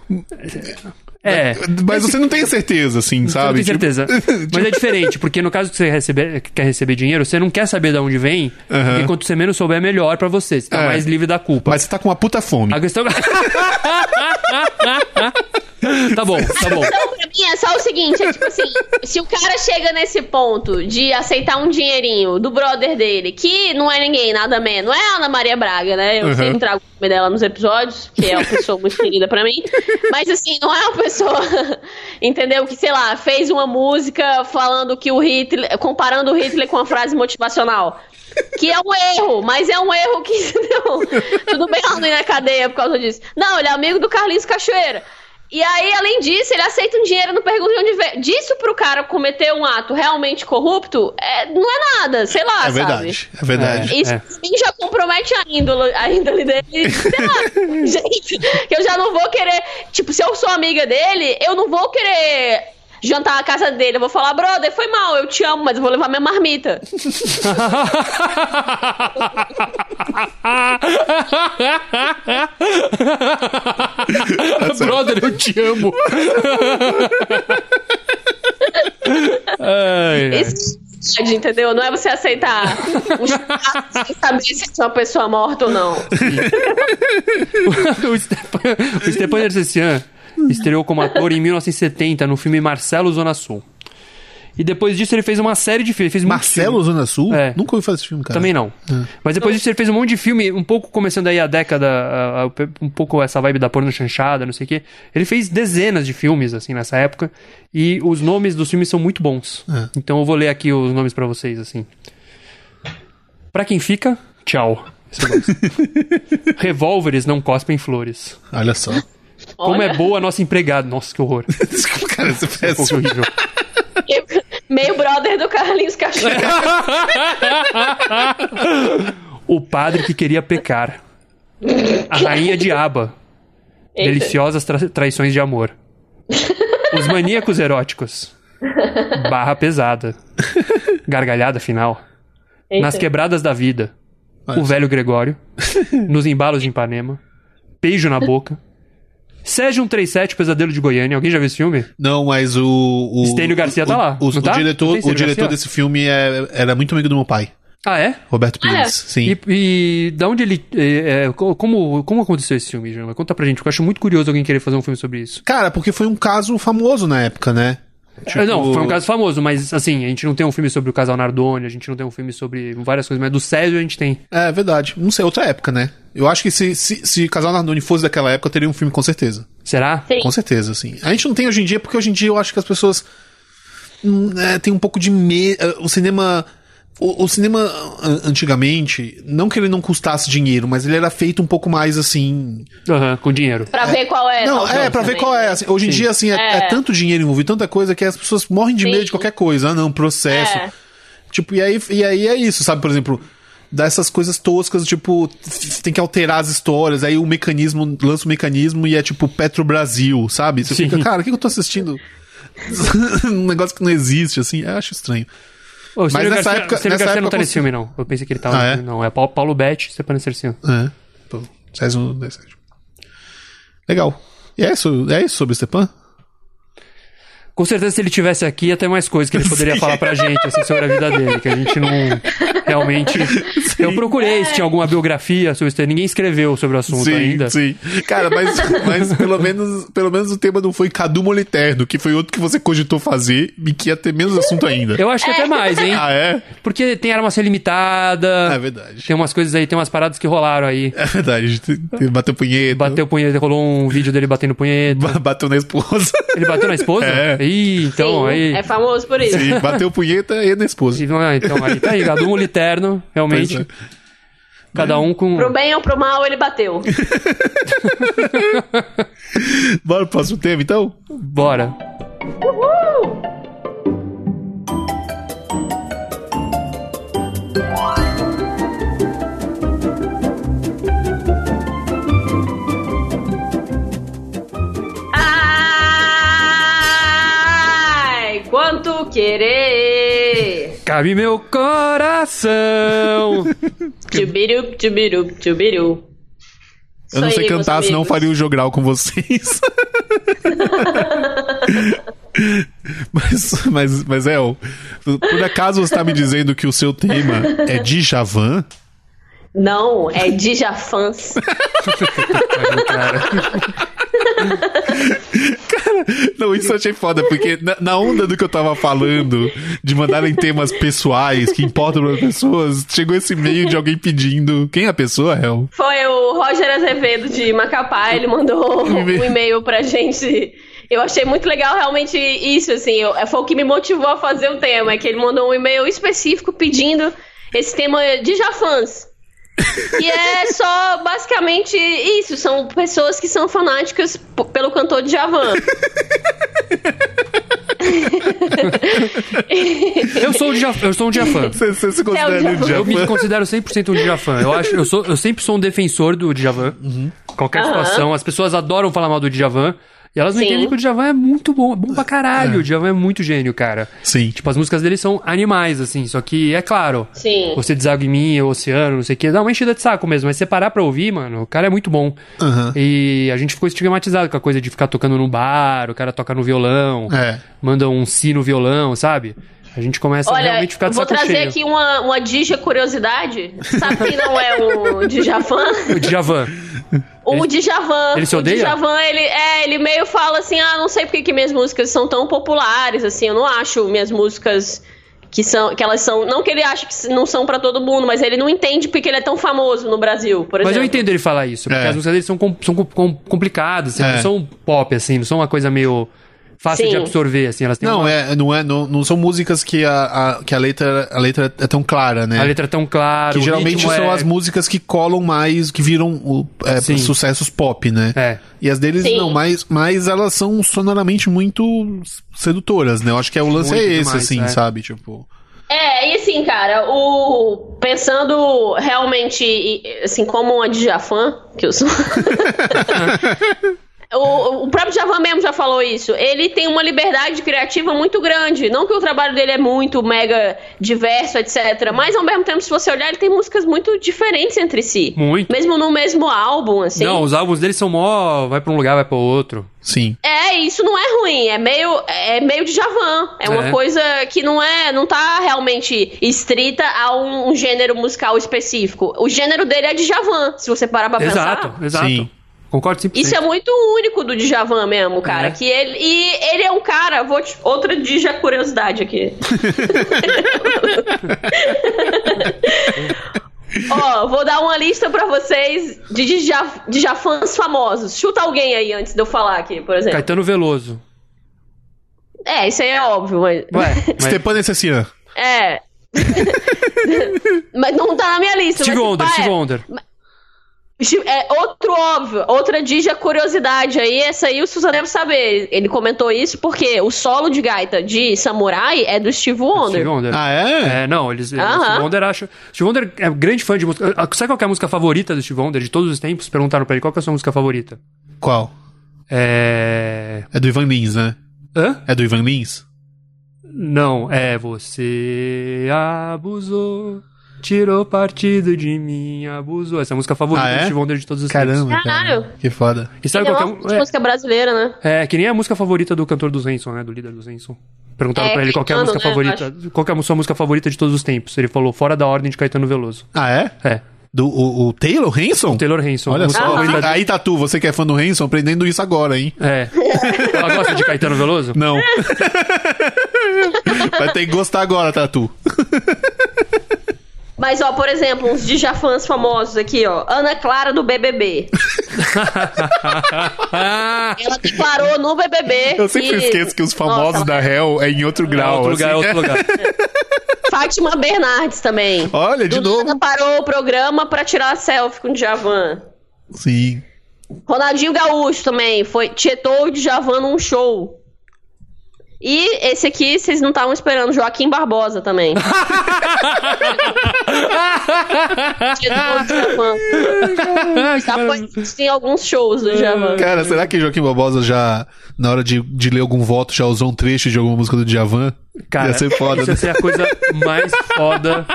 S2: É.
S1: Mas você não tem certeza, assim,
S2: Eu não
S1: sabe?
S2: tenho certeza. Mas é diferente, porque no caso que você receber, quer receber dinheiro, você não quer saber de onde vem, porque quanto você menos souber, é melhor pra você. Você tá
S1: É.
S2: mais livre da culpa.
S1: Mas você tá com uma puta fome.
S2: A questão. tá bom, tá bom.
S3: Então, pra mim, é só o seguinte: é tipo assim, se o cara chega nesse ponto de aceitar um dinheirinho do brother dele, que não é ninguém, nada menos, não é a Ana Maria Braga, né? Eu
S1: Uhum.
S3: sempre trago o nome dela nos episódios, que é uma pessoa muito querida pra mim. Mas assim, não é uma pessoa, entendeu? Que, sei lá, fez uma música falando que o Hitler. comparando o Hitler com uma frase motivacional. Que é um erro, mas é um erro que, entendeu? Tudo bem ela não ir na cadeia por causa disso. Não, ele é amigo do Carlinhos Cachoeira. E aí, além disso, ele aceita um dinheiro, não pergunta de onde vem. Disso pro cara cometer um ato realmente corrupto, é- não é nada, sei lá,
S1: é verdade, é verdade.
S3: sabe? Isso
S2: É.
S3: pra mim já compromete a índole, a índole dele. Sei lá, gente, que eu já não vou querer. Tipo, se eu sou amiga dele, eu não vou querer jantar na casa dele. Eu vou falar, brother, foi mal, eu te amo, mas eu vou levar minha marmita.
S2: Brother, eu te amo. Ai, ai.
S3: Isso é verdade, entendeu? Não é você aceitar um churrasco sem saber se é uma pessoa morta ou não.
S2: o Stepan, o Stepan Yersessian estreou como ator em 1970 no filme Marcelo Zona Sul. E depois disso ele fez uma série de filmes. Fez muitos
S1: Marcelo
S2: filmes.
S1: Zona Sul?
S2: É.
S1: Nunca ouvi fazer esse filme, cara.
S2: Também não. Mas depois disso ele fez um monte de filme, um pouco começando aí a década, a- a- um pouco essa vibe da porno chanchada, não sei o quê. Ele fez dezenas de filmes, assim, nessa época. E os nomes dos filmes são muito bons.
S1: É.
S2: Então eu vou ler aqui os nomes pra vocês, assim. Pra quem fica, tchau. Esse eu gosto. Revólveres não cospem flores.
S1: Olha só.
S2: Como
S3: Olha,
S2: é boa a nossa empregada. Nossa, que horror.
S1: Desculpa, cara, você
S2: Que
S1: parece.
S2: horrível.
S3: meio brother do Carlinhos Cachorro.
S2: O padre que queria pecar. A rainha de Aba.
S3: Eita.
S2: Deliciosas tra- traições de amor. Os maníacos eróticos. Barra pesada. Gargalhada final.
S3: Eita.
S2: Nas quebradas da vida. O velho Gregório. Nos embalos de Ipanema. Beijo na boca. Sérgio 137, Pesadelo de Goiânia. Alguém já viu esse filme?
S1: Não, mas o. o
S2: Estênio Garcia tá
S1: o-
S2: lá,
S1: O,
S2: não
S1: o
S2: tá? Não
S1: diretor,
S2: tem Estênio
S1: o diretor
S2: Garcia?
S1: desse filme é- era muito amigo do meu pai,
S2: Ah, é?
S1: Roberto Pires.
S3: Ah, é?
S1: Sim.
S2: E, e da onde ele. é, é, co- como, como aconteceu esse filme, Jana? Conta pra gente, porque eu acho muito curioso alguém querer fazer um filme sobre isso.
S1: Cara, porque foi um caso famoso na época, né? Tipo,
S2: É, não, foi um caso famoso, mas assim, a gente não tem um filme sobre o casal Nardoni, a gente não tem um filme sobre várias coisas, mas do Césio a gente tem.
S1: É verdade. Não sei, outra época, né? Eu acho que se, se, se Casal Nardoni fosse daquela época, teria um filme com certeza.
S2: Será?
S3: Sim.
S1: Com certeza, sim. A gente não tem hoje em dia, porque hoje em dia eu acho que as pessoas hum, é, têm um pouco de medo. O cinema. O, o cinema, an- antigamente, não que ele não custasse dinheiro, mas ele era feito um pouco mais assim.
S2: Aham, com dinheiro.
S3: Pra ver qual é.
S1: Não,
S3: talvez,
S1: é, pra ver
S3: também.
S1: qual é. assim, hoje em dia, assim, é,
S3: É.
S1: é tanto dinheiro envolvido, tanta coisa, que as pessoas morrem de
S3: Sim.
S1: medo de qualquer coisa. Ah, não, processo.
S3: É.
S1: Tipo, e aí, e aí é isso, sabe? Por exemplo, dessas coisas toscas, tipo, f- tem que alterar as histórias, aí o mecanismo, lança o mecanismo e é tipo Petro Brasil, sabe? Você
S2: Sim.
S1: fica, cara, o que que eu tô assistindo? um negócio que não existe, assim, eu acho estranho.
S2: Ô, o Célio
S1: nessa
S2: Garcia,
S1: época-
S2: Célio
S1: nessa
S2: Garcia não
S1: época
S2: tá
S1: eu
S2: nesse filme, não. Eu pensei que ele tava.
S1: Ah, é?
S2: Não, é Paulo, Paulo Betti, Stefano Cercinho.
S1: É. né, Pô, faz um. dez, sete. Legal. E é isso, é isso sobre o Stepan?
S2: Com certeza, se ele tivesse aqui, ia ter mais coisas que ele poderia
S1: Sim.
S2: falar pra gente assim, sobre a vida dele, que a gente não realmente. Eu procurei se tinha alguma biografia sobre isso, ninguém escreveu sobre o assunto
S1: Sim,
S2: ainda.
S1: sim. Cara, mas, mas pelo, menos, pelo menos o tema não foi Cadu Moliterno, que foi outro que você cogitou fazer e que ia ter menos assunto ainda.
S2: Eu acho que até mais, hein?
S1: Ah, é?
S2: Porque tem armação
S1: É
S2: limitada,
S1: verdade.
S2: tem umas coisas aí, tem umas paradas que rolaram aí.
S1: É verdade. Te- te- Bateu punheta.
S2: Bateu punheta, rolou um vídeo dele batendo punheta.
S1: ba- Bateu na esposa.
S2: Ele bateu na esposa?
S1: É.
S2: Ih, então
S3: Sim,
S2: aí.
S3: É famoso por isso.
S1: Sim, bateu punheta e na esposa.
S2: Ah, então aí tá aí, Gadu Moliterno, realmente.
S1: Pois
S2: Cada um com.
S3: Pro bem ou pro mal, ele bateu.
S1: Bora pro próximo tema, então?
S2: Bora.
S3: Ai, quanto querer.
S2: Cabe meu coração.
S3: Tchubiru, tchubiru, tchubiru.
S1: Eu não sei cantar, senão eu faria o jogral com vocês. mas, mas, mas é, ó, por acaso você tá me dizendo que o seu tema é Djavan?
S3: Não, é Djafans.
S1: Não, isso eu achei foda, porque na, na onda do que eu tava falando, de mandarem temas pessoais que importam para pessoas, chegou esse e-mail de alguém pedindo. Quem é a pessoa, Hel?
S3: Foi o Roger Azevedo de Macapá, ele mandou um
S1: e-mail.
S3: e-mail pra gente. Eu achei muito legal realmente isso, assim. eu- foi o que me motivou a fazer o tema, é que ele mandou um e-mail específico pedindo esse tema de Jafans. E é só basicamente isso, são pessoas que são fanáticas p- pelo cantor de Javan.
S2: Eu sou o Djaf- eu sou um Djafan.
S1: Você, você se
S3: É
S1: considera
S3: o
S1: o
S3: Djavan.
S2: Eu me
S1: Djavan?
S2: considero 100% um Djavan. Eu, acho, eu, sou, eu sempre sou um defensor do Djavan. Qualquer
S3: Aham.
S2: situação. As pessoas adoram falar mal do Djavan. E elas não
S3: Sim.
S2: entendem que o Djavan é muito bom. É bom pra caralho. O Djavan é muito gênio, cara.
S1: Sim.
S2: Tipo, as músicas dele são animais, assim. Só que, é claro...
S3: Sim.
S2: Você deságua em mim, o oceano, não sei o que. Dá uma enchida de saco mesmo. Mas você parar pra ouvir, mano, o cara é muito bom.
S1: Aham.
S2: E a gente ficou estigmatizado com a coisa de ficar tocando no bar, o cara toca no violão,
S1: É.
S2: manda um si no violão, sabe? A gente começa a
S3: Olha,
S2: realmente ficar de
S3: vou
S2: saco
S3: trazer
S2: cheio.
S3: aqui uma, uma Dija curiosidade. Sabe quem não é o Djavan?
S2: O Djavan.
S3: O
S2: Ele-
S3: Djavan.
S2: ele se
S3: O
S2: odeia?
S3: Djavan, ele, é, ele meio fala assim, ah, não sei porque que minhas músicas são tão populares, assim, eu não acho minhas músicas que são, que elas são, não que ele acha que não são pra todo mundo, mas ele não entende porque ele é tão famoso no Brasil, por
S2: Mas eu
S3: exemplo.
S2: entendo ele falar isso, porque
S1: É.
S2: as músicas dele são, com- são com- com- complicadas, assim,
S1: É.
S2: não são pop, assim, não são uma coisa meio fácil
S3: Sim.
S2: de absorver, assim, elas têm
S1: Não,
S2: uma,
S1: é, não, é, não, não são músicas que a, a- que a letra, a letra é tão clara, né?
S2: a letra é tão clara,
S1: que
S2: o
S1: geralmente
S2: ritmo
S1: são
S2: é...
S1: as músicas que colam mais, que viram o- é,
S2: Sim.
S1: sucessos pop, né?
S2: É.
S1: E as deles
S3: Sim.
S1: não, mas, mas elas são sonoramente muito sedutoras, né? Eu acho que é, o lance
S2: Muito
S1: é esse,
S2: demais,
S1: assim,
S2: é.
S1: sabe? Tipo.
S3: É, e assim, cara, o pensando realmente e- assim como uma Djavan, que eu sou. O, o próprio Javan mesmo já falou isso. Ele tem uma liberdade criativa muito grande. Não que o trabalho dele é muito mega diverso, etc. Mas ao mesmo tempo, se você olhar, ele tem músicas muito diferentes entre si.
S2: Muito.
S3: Mesmo no mesmo álbum, assim.
S2: Não, os álbuns dele são mó... vai pra um lugar, vai pra outro.
S1: Sim.
S3: É, isso não é ruim, é meio, é meio de Javan. É uma
S2: É.
S3: coisa que não é, não tá realmente estrita a um, um gênero musical específico. O gênero dele é de Javan, se você parar pra pensar.
S2: Exato, exato.
S1: Sim.
S2: Concordo 100%.
S3: Isso é muito único do Djavan mesmo, cara.
S2: É.
S3: Que ele, e ele é um cara. Vou te, outra Dija curiosidade aqui. Ó, vou dar uma lista pra vocês de Dija, Djafans famosos. Chuta alguém aí antes de eu falar aqui, por exemplo.
S2: Caetano Veloso.
S3: É, isso aí é óbvio, mas.
S2: Ué, mas-
S1: Stepan Essessian.
S3: É. mas não tá na minha lista.
S2: Steve
S3: mas se
S2: Wonder,
S3: pá,
S2: Steve
S3: é.
S2: Wonder.
S3: Steve- é outro óbvio, outra dija curiosidade aí, essa aí o Susan deve saber. Ele comentou isso porque o solo de gaita de Samurai é do Steve Wonder.
S2: Steve Wonder.
S1: Ah, é?
S2: É, não, eles.
S3: Aham.
S2: O Steve Wonder acha. Steve Wonder é grande fã de música. Ah, Sabe qual que é a música favorita do Steve Wonder de todos os tempos? Perguntaram pra ele qual que é a sua música favorita.
S1: Qual?
S2: É.
S1: É do Ivan Lins, né?
S2: Hã?
S1: É do Ivan Lins?
S2: Não, é você abusou Tirou partido de mim, abusou. Essa é a música favorita
S1: Ah, é?
S2: do Steve Wonder de todos os tempos.
S1: Caramba,
S3: Caralho.
S1: cara. Que foda.
S2: E sabe
S3: Ele é
S2: qual
S3: uma
S2: que é, o-
S3: música brasileira, né?
S2: é, é, que nem a música favorita do cantor do Zenson, né? Do líder do Zenson. Perguntaram
S3: É,
S2: pra ele qual que é a
S3: Caetano,
S2: música
S3: né, eu
S2: favorita. Qual que é a sua música favorita de todos os tempos? Ele falou Fora da Ordem de Caetano Veloso.
S1: Ah, é?
S2: É.
S1: Do, o, o Taylor Hanson?
S2: Taylor Hanson.
S1: Olha
S2: música
S1: só.
S3: Ah,
S2: favorita
S1: Aí, Tatu, você que é fã do Hanson, aprendendo isso agora, hein?
S2: É. Ela gosta de Caetano Veloso?
S1: Não. Vai ter que gostar agora, Tatu.
S3: Mas, ó, por exemplo, uns Djafans famosos aqui, ó. Ana Clara do BBB.
S2: Ah!
S3: Ela declarou no BBB.
S1: Eu sempre
S3: que-
S1: esqueço que os famosos
S3: Nossa,
S1: da Hell é em outro
S2: É
S1: grau.
S2: outro lugar, é
S1: assim.
S2: outro lugar.
S3: Fátima Bernardes também.
S1: Olha, de
S3: do
S1: novo.
S3: nada parou o programa pra tirar selfie com o Djavan.
S1: Sim.
S3: Ronaldinho Gaúcho também. Foi, tietou o Djavan num show. E esse aqui, vocês não estavam esperando, Joaquim Barbosa também. tietou o Djavan. Já foi em alguns shows do Djavan.
S1: Cara, será que Joaquim Barbosa já, na hora de, de ler algum voto, já usou um trecho de alguma música do Djavan?
S2: Cara,
S1: Ia ser foda,
S2: isso
S1: né?
S2: ia ser a coisa mais foda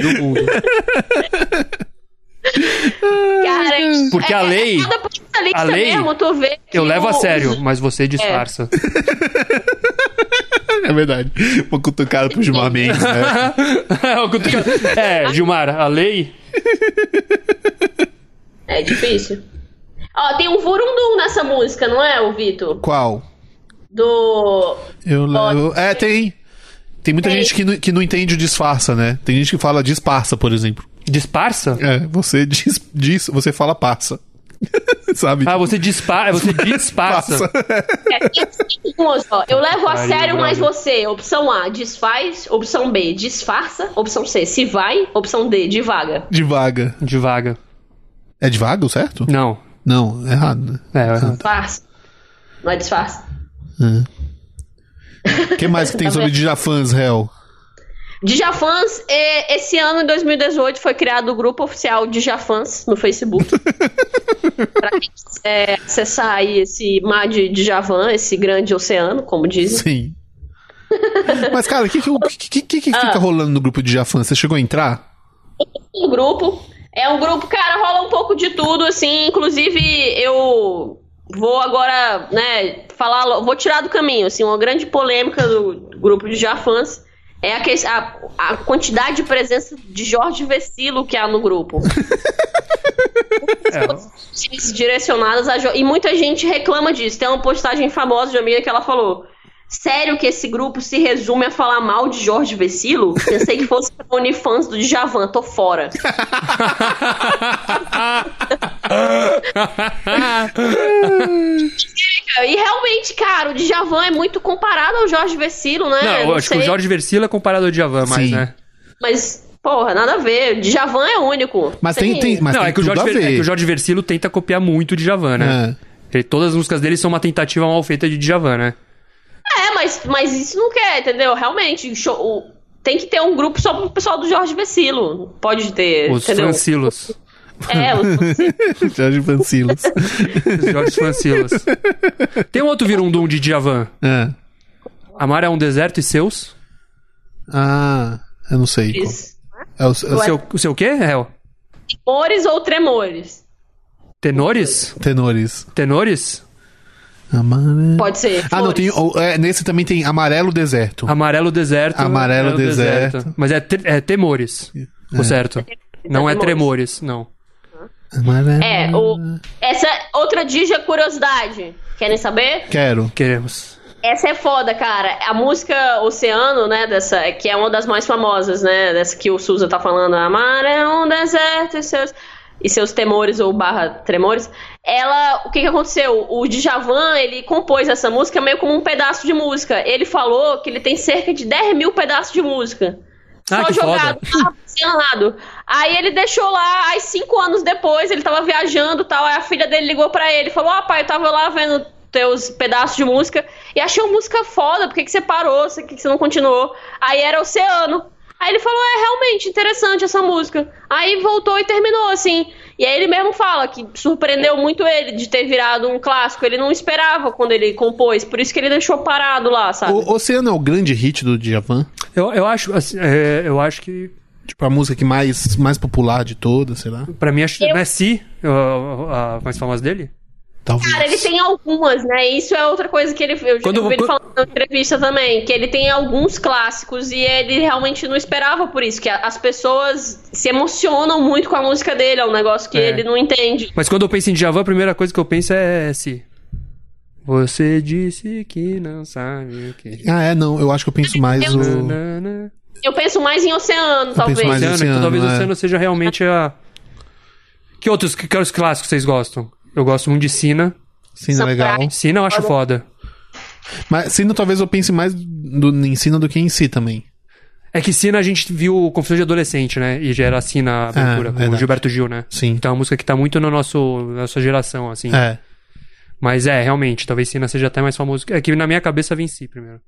S2: do mundo.
S3: Cara, é-
S2: Porque a lei-
S3: cada política lista
S2: a lei,
S3: mesmo, tu vê que
S2: Eu levo a
S3: o-
S2: sério, mas você disfarça.
S1: É verdade. Vou cutucar pro Gilmar Mendes, né?
S2: É O cutuca- é, Gilmar, a lei.
S3: É difícil. Ó, tem um vurundum nessa música, não é, o Vitor?
S1: Qual?
S3: Do.
S1: Eu levo... É, tem. Tem muita
S3: Tem.
S1: gente que não, que não entende o disfarça, né? Tem gente que fala disparça, por exemplo.
S2: Disparça?
S1: É, você diz, diz você fala parça. Sabe?
S2: Ah, você dispara, você disfarça.
S3: É, tem cinco umas, ó. Eu levo a
S2: Pariu,
S3: sério, mas
S2: brother.
S3: você. Opção A, desfaz. Opção B, disfarça. Opção C, se vai. Opção D, divaga.
S1: Devaga.
S2: Devaga.
S1: É devaga, o certo?
S2: Não.
S1: Não, é errado, né?
S2: É, eu-
S3: Disfarça. Não é disfarça.
S1: O que mais que tem
S3: Tá
S1: sobre Djafans, réu?
S3: Djafans, é, esse ano, em 2018, foi criado o grupo oficial Djafans no Facebook. pra quem quiser acessar aí esse mar de Djavan, esse grande oceano, como dizem.
S1: Sim. Mas, cara, o que, que, o que, que, que
S3: Ah.
S1: fica rolando no grupo de Jafan? Você chegou a entrar?
S3: um grupo. É um grupo, cara, rola um pouco de tudo, assim. Inclusive, eu vou agora, né, falar. lo- Vou tirar do caminho, assim, uma grande polêmica do grupo de Jafans. É a, que- a, a quantidade de presença de Jorge Vecilo que há no grupo.
S2: é.
S3: direcionadas a. Jo- E muita gente reclama disso. Tem uma postagem famosa de uma amiga que ela falou: Sério que esse grupo se resume a falar mal de Jorge Vecilo? Pensei que fosse pra OnlyFans do Djavan, tô fora. E realmente, cara, o Djavan é muito comparado ao Jorge Vecilo, né?
S2: Não, eu acho que o
S3: sei,
S2: Jorge Versilo é comparado ao Djavan mais,
S1: Sim.
S2: né?
S3: Mas, porra, nada a ver. O Djavan é único.
S1: Mas tem, tem, mas
S2: não,
S1: tem
S2: é que, o
S1: tudo
S2: Jorge,
S1: a
S2: Ver-
S1: ver.
S2: é que o Jorge Versilo tenta copiar muito o Djavan, né?
S1: É.
S2: Ele- todas as músicas dele são uma tentativa mal feita de Djavan, né?
S3: É, mas, mas isso não quer, entendeu? Realmente, o show- o- tem que ter um grupo só pro pessoal do Jorge Vecilo. Pode ter,
S2: Os
S3: entendeu?
S2: Francilos.
S3: É, os...
S1: Jorge Vancilos.
S2: Os Jorge Francilos. Tem um outro virundum de Djavan.
S1: É.
S2: Amar é um deserto e seus?
S1: Ah, eu não sei. qual.
S3: isso.
S1: É o, é o
S2: O seu, o seu quê, Hel?
S3: Amores ou tremores?
S2: Tenores?
S1: tenores.
S2: Tenores?
S1: Amare-
S3: Pode ser.
S1: Ah, não, tem.
S3: flores.
S1: o- é, nesse também tem Amarelo Deserto.
S2: Amarelo deserto. é
S1: Amarelo deserto.
S2: Mas é, tre- é temores. O certo. Não é tremores, não.
S1: Amarelo.
S3: É, o... essa outra dija curiosidade. Querem saber?
S1: Quero.
S2: Queremos.
S3: Essa é foda, cara. A música Oceano, né, dessa, que é uma das mais famosas, né, dessa que o Souza tá falando, Amar é um deserto e seus, e seus temores ou barra tremores. Ela, o que que aconteceu? O Djavan, ele compôs essa música meio como um pedaço de música. Ele falou que ele tem cerca de 10 mil pedaços de música.
S2: Ah,
S3: Só
S2: que
S3: jogado,
S2: foda.
S3: lá, apaixonado. Aí ele deixou lá, aí cinco anos depois, ele tava viajando e tal, aí a filha dele ligou pra ele, falou, ó pai, eu tava lá vendo teus pedaços de música e achei uma música foda, por que, que você parou, por que, que você não continuou? Aí era Oceano. Aí ele falou, é realmente interessante essa música. Aí voltou e terminou, assim. E aí ele mesmo fala que surpreendeu muito ele de ter virado um clássico, ele não esperava quando ele compôs, por isso que ele deixou parado lá, sabe?
S1: O Oceano é o grande hit do Djavan.
S2: Eu, eu acho, assim, é, eu acho que
S1: Tipo, a música que mais, mais popular de todas, sei lá.
S2: Pra mim, acho que não é Si, a, a mais famosa dele?
S1: Talvez.
S3: Cara, ele tem algumas, né? Isso é outra coisa que ele. Eu
S2: Quando-
S3: já ouvi ele
S2: quando-
S3: falando na entrevista também, que ele tem alguns clássicos e ele realmente não esperava por isso, que a- as pessoas se emocionam muito com a música dele, é um negócio que
S2: É.
S3: ele não entende.
S2: Mas quando eu penso em Djavan, a primeira coisa que eu penso é Si. Você disse que não sabe o que...
S1: Ah, é, não. Eu acho que eu penso mais o.
S3: um
S2: Nanana.
S3: Eu penso mais em Oceano,
S1: penso
S3: talvez.
S1: mais em-
S2: Oceano,
S1: Oceano,
S2: então talvez o
S1: é.
S2: Oceano seja realmente a... Que outros que, que outros clássicos vocês gostam? Eu gosto muito de Sina.
S1: Sina é legal.
S2: Sina eu acho foda.
S1: Mas Sina talvez eu pense mais do, em Sina do que em si também.
S2: É que Sina a gente viu Confusão de Adolescente, né? E já era Sina a abertura, com o
S1: Ah, verdade.
S2: Gilberto Gil, né?
S1: Sim.
S2: Então é uma música que tá muito no nosso, na nossa geração, assim.
S1: É.
S2: Mas é, realmente, talvez Sina seja até mais famoso. que- É que na minha cabeça venci primeiro.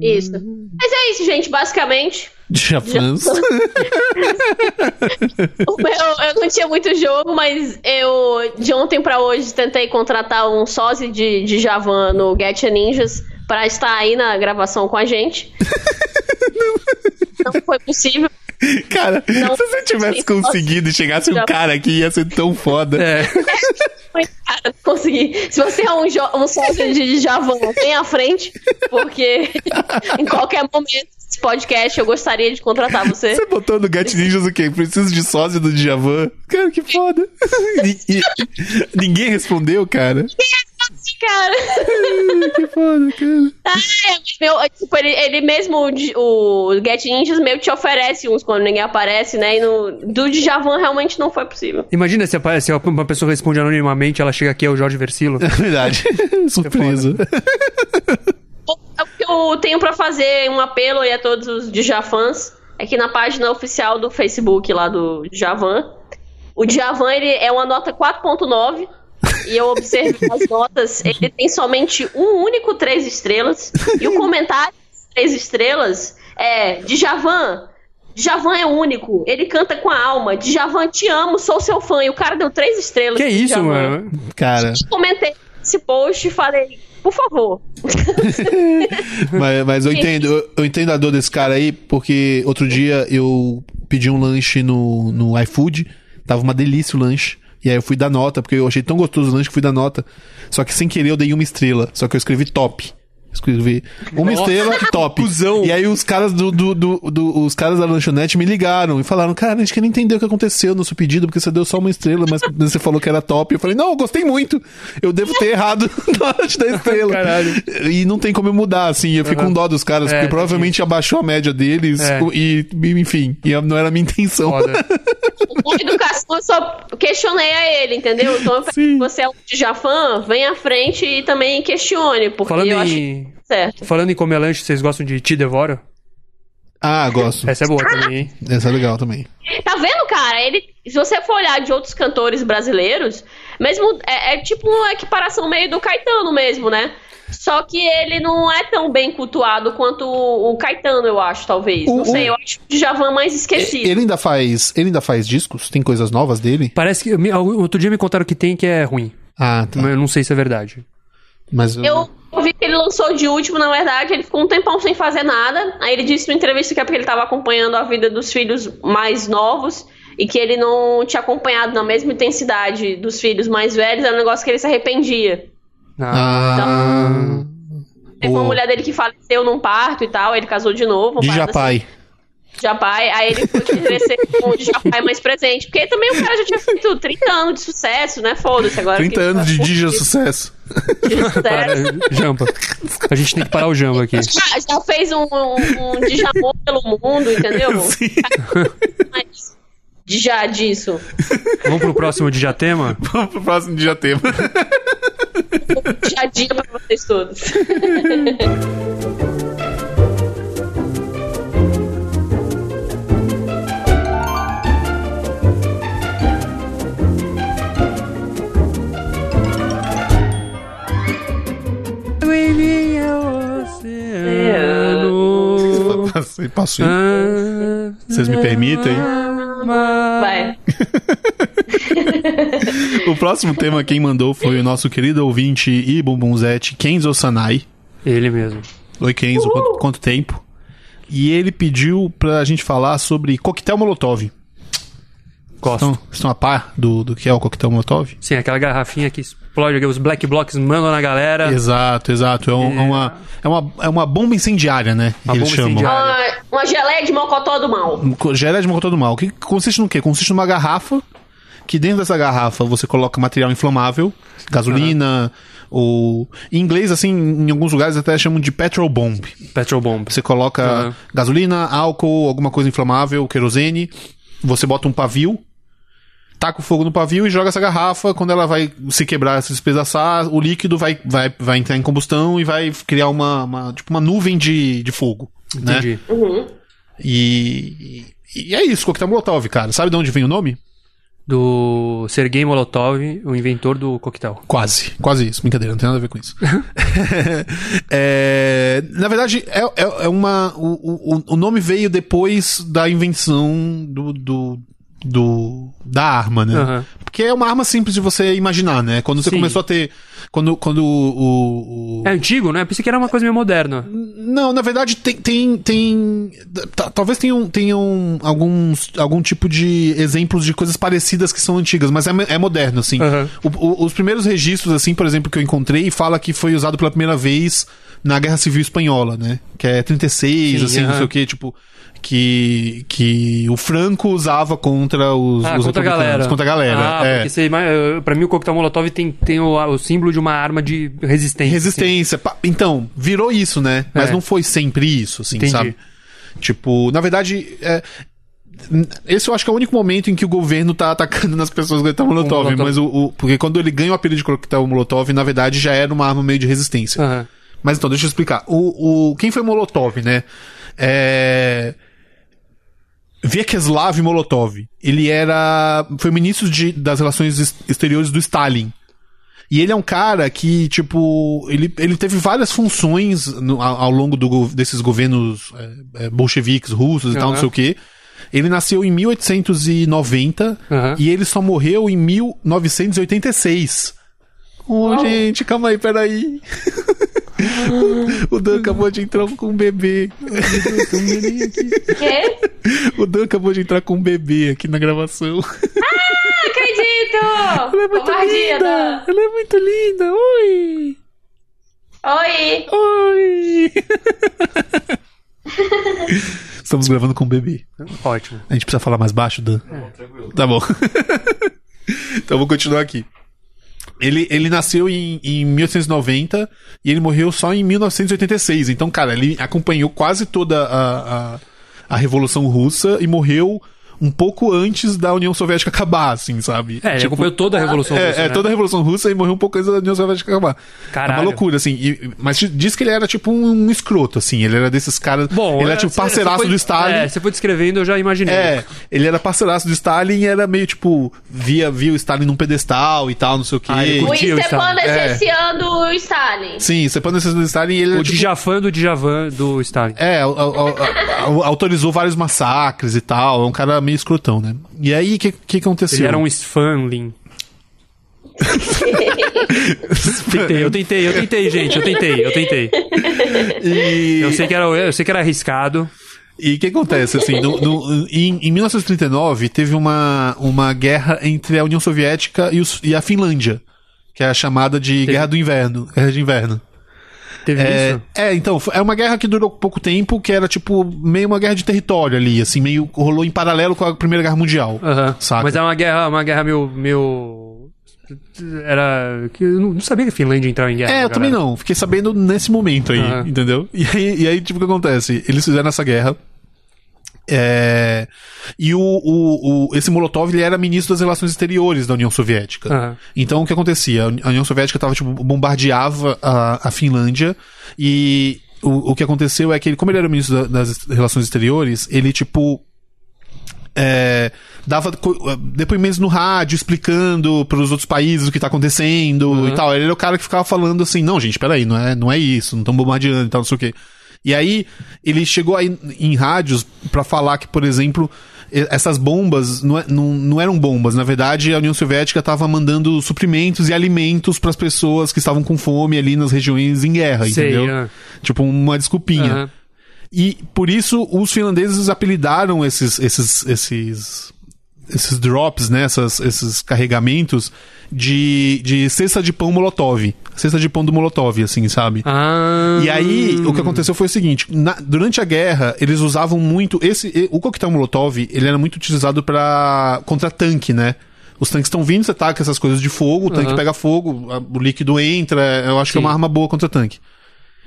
S3: Isso. Mas é isso, gente, basicamente.
S1: Jafans.
S3: O meu- eu não tinha muito jogo, mas eu de ontem pra hoje tentei contratar um sósia de, de Javan no Get Ninjas pra estar aí na gravação com a gente. não foi possível.
S1: cara, se
S3: Não.
S1: você tivesse conseguido e chegasse um
S3: Já-
S1: cara aqui, ia ser tão foda.
S2: É,
S3: Mas, Cara, consegui. Se você é um, jo- um sósia de Javan, vem à frente, porque em qualquer momento desse podcast eu gostaria de contratar você.
S1: Você botou no Gat Ninjas o quê? Preciso de sósia do Djavan. Cara, que foda. E- e- ninguém respondeu, cara.
S3: Cara.
S1: Que foda, cara.
S3: É, mas meu, tipo, ele, ele mesmo, o Di- o Get Ninjas, meio que te oferece uns quando ninguém aparece, né? E no, do Djavan realmente não foi possível.
S2: imagina se, apa- se uma pessoa responde anonimamente, ela chega aqui, é o Jorge Versilo.
S1: É verdade. É Surpresa.
S3: É O que eu tenho pra fazer um apelo aí a todos os Djafans é que na página oficial do Facebook lá do Djavan, o Djavan ele é uma nota 4.9 e eu observei as notas, ele tem somente um único três estrelas e o comentário das três estrelas é Djavan, Djavan é único, ele canta com a alma, Djavan te amo, sou seu fã e o cara deu três estrelas.
S2: Que
S3: pro
S2: isso,
S3: Djavan.
S2: mano?
S1: Cara,
S3: Comentei esse post e falei, por favor,
S1: mas, mas eu
S3: Sim.
S1: entendo, eu, eu entendo a dor desse cara aí, porque outro dia eu pedi um lanche no, no iFood, tava uma delícia o lanche. E aí eu fui dar nota, porque eu achei tão gostoso o lanche que fui dar nota. Só que sem querer eu dei uma estrela. Só que eu escrevi top. Escrevi uma
S2: Nossa,
S1: estrela top.
S2: cuzão.
S1: E aí os caras do, do, do- do- os caras da lanchonete me ligaram e falaram: Cara, a gente quer entender o que aconteceu no seu pedido, porque você deu só uma estrela, mas você falou que era top. Eu falei, não, eu gostei muito. Eu devo ter errado na hora de dar estrela.
S2: Caralho.
S1: E não tem como eu mudar, assim. Eu fico com dó dos caras,
S2: É,
S1: porque
S2: tem
S1: provavelmente abaixou a média deles
S2: É.
S1: e, e, enfim, e não era a minha intenção.
S2: Foda.
S3: Por educação, eu só questionei a ele, entendeu? Então eu falei,
S1: Sim.
S3: se você é um Djavan, vem à frente e também questione, porque
S2: Falando
S3: eu acho que
S2: em,
S3: tá certo.
S2: falando em comer lanche, vocês gostam de Te Devoro?
S1: Ah, gosto.
S2: Essa é boa também, hein?
S1: Essa é legal também.
S3: Tá vendo, cara? Ele, se você for olhar de outros cantores brasileiros, mesmo é, é tipo uma equiparação meio do Caetano mesmo, né? Só que ele não é tão bem cultuado quanto o o Caetano, eu acho, talvez.
S1: O-
S3: não
S1: o-
S3: sei,
S1: É,
S3: eu acho o Djavan mais esquecido.
S1: Ele ainda faz. Ele ainda faz discos? Tem coisas novas dele?
S2: Parece que. me- Outro dia me contaram que tem que é ruim.
S1: Ah, tá.
S2: Mas Eu não sei se é verdade.
S1: Mas eu.
S3: Eu vi que ele lançou de último, na verdade, ele ficou um tempão sem fazer nada. Aí ele disse numa entrevista que é porque ele tava acompanhando a vida dos filhos mais novos e que ele não tinha acompanhado na mesma intensidade dos filhos mais velhos. É um negócio que ele se arrependia.
S1: Ah.
S3: Teve uma
S1: Boa.
S3: mulher dele que faleceu num parto e tal, ele casou de novo.
S1: de
S3: parada assim,
S1: Japai.
S3: Japai. Aí ele foi crescer com o Japai mais presente. Porque também o cara já tinha feito 30 anos de sucesso, né? Foda-se agora.
S1: 30
S3: que- tá
S1: anos de Dija sucesso.
S3: de sucesso.
S2: Para, Jamba. A gente tem que parar o Jamba aqui.
S3: já, já fez um, um, um Djamon pelo mundo, entendeu? Mas já disso.
S2: Vamos pro próximo de Jatema?
S1: Vamos pro próximo Dija tema.
S3: Já diga pra vocês todos. oceano.
S1: Passei, Tá,
S3: É.
S1: passei.
S2: Ah,
S1: Vocês me permitem?
S3: Vai.
S1: O próximo tema quem mandou foi o nosso querido ouvinte e bumbumzete Kenzo Sanai.
S2: Ele mesmo.
S1: Oi, Kenzo, quanto, quanto tempo? E ele pediu pra gente falar sobre coquetel Molotov.
S2: Gosto.
S1: Estão, estão a par do, do que é o coquetel Molotov?
S2: Sim, aquela garrafinha que explode, que os black blocks mandam na galera.
S1: Exato, exato. É, um- é uma, é, uma, é uma bomba incendiária, né?
S2: Uma
S1: que eles
S2: bomba
S1: chamam.
S2: incendiária.
S3: Uma, uma geleia de mocotó do mal.
S1: Gera de morro todo mal. Que consiste no quê? Consiste numa garrafa que dentro dessa garrafa você coloca material inflamável, gasolina, ou em inglês assim, em alguns lugares até chamam de petrol bomb.
S2: Petrol Bomb.
S1: Você coloca
S2: Uhum.
S1: gasolina, álcool, alguma coisa inflamável, querosene, você bota um pavio, taca o fogo no pavio e joga essa garrafa, quando ela vai se quebrar, se despedaçar, o líquido vai vai vai entrar em combustão e vai criar uma, uma tipo uma nuvem de, de fogo, né?
S2: Entendi.
S1: E, e é isso, coquetel Molotov, cara. Sabe de onde vem o nome?
S2: Do Sergei Molotov, o inventor do coquetel.
S1: Quase. Quase isso. Brincadeira, não tem nada a ver com isso. É, na verdade, é, é- é uma. O, o- o nome veio depois da invenção do. do do- da arma, né?
S2: Aham.
S1: Porque é uma arma simples de você imaginar, né? Quando você
S2: Sim.
S1: começou a ter. Quando, quando o, o-
S2: É antigo, né? Pensei que era uma coisa meio moderna.
S1: Não, na verdade tem. tem, tem ta- talvez tenham, tenham alguns, algum tipo de exemplos de coisas parecidas que são antigas, mas é, mo- é moderno, assim.
S2: Aham.
S1: O- o- os primeiros registros, assim, por exemplo, que eu encontrei, fala que foi usado pela primeira vez na Guerra Civil Espanhola, né? Que é 36,
S2: Sim,
S1: assim, não
S2: aham.
S1: sei o quê, tipo. Que, que o Franco usava contra os.
S2: Ah,
S1: os
S2: contra a
S1: republicanos,
S2: galera.
S1: Contra a galera.
S2: Ah,
S1: é.
S2: porque você, ima- eh, pra mim o coquetel Molotov tem, tem o, o símbolo de uma arma de resistência.
S1: Resistência. pá. Então, virou isso, né? Mas
S2: É.
S1: não foi sempre isso, assim,
S2: Entendi.
S1: sabe? Tipo, na verdade, é, n- esse eu acho que é o único momento em que o governo tá atacando nas pessoas com coquetel molotov,
S2: molotov.
S1: mas o, o- porque quando ele ganha o apelido de coquetel molotov, na verdade já era uma arma meio de resistência.
S2: Assim. Aham.
S1: Mas então, deixa eu explicar. O, o, quem foi Molotov, né? É... Vyacheslav Molotov. Ele era. Foi ministro de, das relações ex- exteriores do Stalin. E ele é um cara que, tipo, ele, ele teve várias funções no- ao, ao longo do, gov- desses governos é, é, bolcheviques, russos e tal,
S2: Aham.
S1: não sei o quê. Ele nasceu em 1890
S2: Aham.
S1: e ele só morreu em 1986. Ô, gente, calma aí, peraí. o Dan acabou de entrar com um bebê.
S3: Quê?
S1: O Dan acabou de entrar com um bebê aqui na gravação.
S3: Não acredito! Covardia! né? Dan.
S1: é Ela é muito linda. Oi!
S3: Oi!
S1: Oi! Estamos gravando com um bebê.
S2: Ótimo.
S1: A gente precisa falar mais baixo, Dan? Tá bom. então vou continuar aqui. Ele, ele nasceu em, em 1890 e ele morreu só em 1986. Então, cara, ele acompanhou quase toda a, a, a Revolução Russa e morreu um pouco antes da União Soviética acabar, assim, sabe?
S2: É, ele
S1: Tipo,
S2: acompanhou toda a Revolução
S1: é,
S2: Russa,
S1: é,
S2: né?
S1: toda a Revolução Russa e morreu um pouco antes da União Soviética acabar. É uma
S2: Caralho.
S1: loucura, assim. E- mas diz que ele era tipo um escroto, assim. Ele era desses caras.
S2: Bom,
S1: ele era
S2: é,
S1: tipo
S2: você- você
S1: parceiraço
S2: foi-
S1: do Stalin.
S2: É, você foi descrevendo, eu já imaginei.
S1: É, ele era parceiraço do Stalin e era meio tipo, via, via o Stalin num pedestal e tal, não sei o quê.
S2: Ah, ele
S3: O
S2: curtia. Podia, o
S3: Stepan
S2: Stalin.
S1: É.
S3: decepcionando o Stalin.
S1: Sim, você pode necessitar do Stalin e ele.
S2: O
S1: era, tipo,
S2: Djavan do Djavan do Stalin.
S1: É, au- au- au- au- autorizou vários massacres e tal. É um cara meio escrotão, né? E aí, o que, que aconteceu?
S2: Ele era um Sfanlin. Tentei, eu tentei, eu tentei, gente, eu tentei, eu tentei.
S1: E-
S2: Eu sei que era, eu sei que era arriscado.
S1: E o que acontece, assim, no- no- em, em 1939 teve uma, uma guerra entre a União Soviética e, os- e a Finlândia, que é a chamada de Guerra do Inverno, Guerra de Inverno.
S2: Teve
S1: É,
S2: isso?
S1: é, então, é uma guerra que durou pouco tempo, que era tipo meio uma guerra de território ali, assim, meio rolou em paralelo com a Primeira Guerra Mundial.
S2: Aham.
S1: Saca.
S2: Mas era uma guerra, uma guerra meio. meio... Era. que Eu não não sabia que a Finlândia entrava em guerra.
S1: É, eu
S2: galera.
S1: também não. Fiquei sabendo nesse momento aí,
S2: Aham.
S1: entendeu? E aí, e aí, tipo, o que acontece? Eles fizeram essa guerra. É, E o, o- o- esse Molotov ele era ministro das relações exteriores da União Soviética.
S2: Aham.
S1: Então o que acontecia? A Uni- a União Soviética tava, tipo, bombardeava a, a Finlândia e o, o que aconteceu é que ele, como ele era o ministro da- das relações exteriores, ele tipo é, dava co- é, depoimentos no rádio explicando pros outros países o que tá acontecendo
S2: Uhum.
S1: e tal. Ele era o cara que ficava falando assim: não, gente, peraí, não é, não é isso, não estamos bombardeando e tal, não sei o quê. E aí, ele chegou aí em rádios pra falar que, por exemplo, e- essas bombas não, é- não, não eram bombas. Na verdade, a União Soviética tava mandando suprimentos e alimentos pras pessoas que estavam com fome ali nas regiões em guerra,
S2: Sei,
S1: entendeu?
S2: ah.
S1: Tipo, uma desculpinha.
S2: Aham.
S1: E por isso os finlandeses apelidaram esses, esses, esses, esses drops, né? Essas, esses carregamentos de, de cesta de pão molotov. Cesta de pão do molotov, assim, sabe?
S2: Ah,
S1: E aí, o que aconteceu foi o seguinte: na- durante a guerra, eles usavam muito. esse e- O coquetel Molotov ele era muito utilizado para contra tanque, né? Os tanques estão vindo, você taca essas coisas de fogo, o tanque
S2: Aham.
S1: pega fogo, a- o líquido entra. Eu acho que é
S2: Sim.
S1: uma arma boa contra tanque.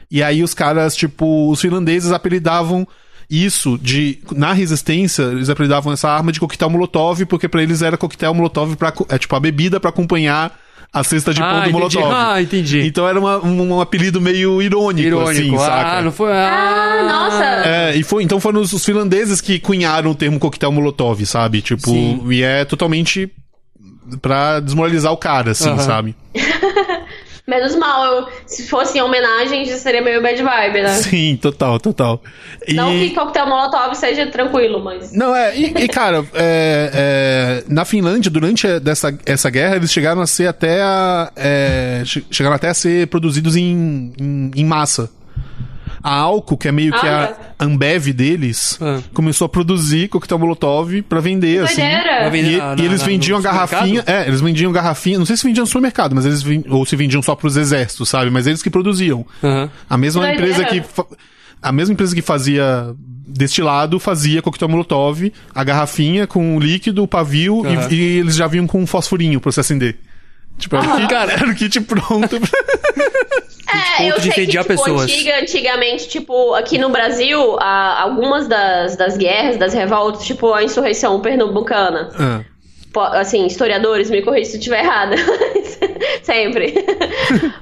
S1: E aí os caras, tipo, os finlandeses apelidavam isso de na resistência, eles apelidavam essa arma de coquetel molotov, porque pra eles era coquetel molotov para é tipo a bebida pra acompanhar a cesta de pão
S2: ah,
S1: tipo, do
S2: entendi.
S1: molotov.
S2: Ah, entendi.
S1: Então era uma- um, um apelido meio irônico, assim,
S2: Irônico.
S1: saca?
S2: ah, não foi. Ah,
S3: Ah, nossa.
S1: É, e foi, então foram os, os finlandeses que cunharam o termo coquetel molotov, sabe? Tipo,
S2: Sim.
S1: e é totalmente pra desmoralizar o cara, assim,
S2: Aham.
S1: sabe?
S3: Menos mal, eu- se fosse em homenagem, já seria meio bad vibe, né?
S1: Sim, total, total. E-
S3: Não que coquetel molotov seja tranquilo, mas.
S1: Não, é, e, e, cara, é, é, na Finlândia, durante a- dessa, essa guerra, eles chegaram a ser até a, é, che- chegaram até a ser produzidos em, em, em massa. A álcool, que é meio que
S3: Ah,
S1: a Ambev deles,
S2: Ah.
S1: começou a produzir coquetel molotov pra vender, assim.
S3: Doideira.
S2: Vai
S1: E,
S2: vender na-
S1: e
S2: na-
S1: eles
S2: na-
S1: vendiam a
S2: no
S1: garrafinha.
S2: supermercado?
S1: É, eles vendiam garrafinha. Não sei se vendiam no supermercado, mas eles ven- ou se vendiam só pros exércitos, sabe? Mas eles que produziam.
S2: Aham.
S1: A mesma
S3: Que doideira.
S1: empresa que fa- a mesma empresa que fazia destilado fazia coquetel molotov, a garrafinha com o líquido, o pavio e-
S2: Aham.
S1: e, eles já vinham com um fosfurinho pra você acender. Tipo, era, o kit, era o kit pronto.
S3: É, eu
S2: ponto de
S3: sei que,
S2: entediar
S3: tipo,
S2: pessoas.
S3: antiga- antigamente, tipo, aqui no Brasil, a- algumas das, das guerras, das revoltas, tipo a insurreição pernambucana,
S1: Ah.
S3: Po- assim, historiadores, me corrija se eu estiver errada. Sempre.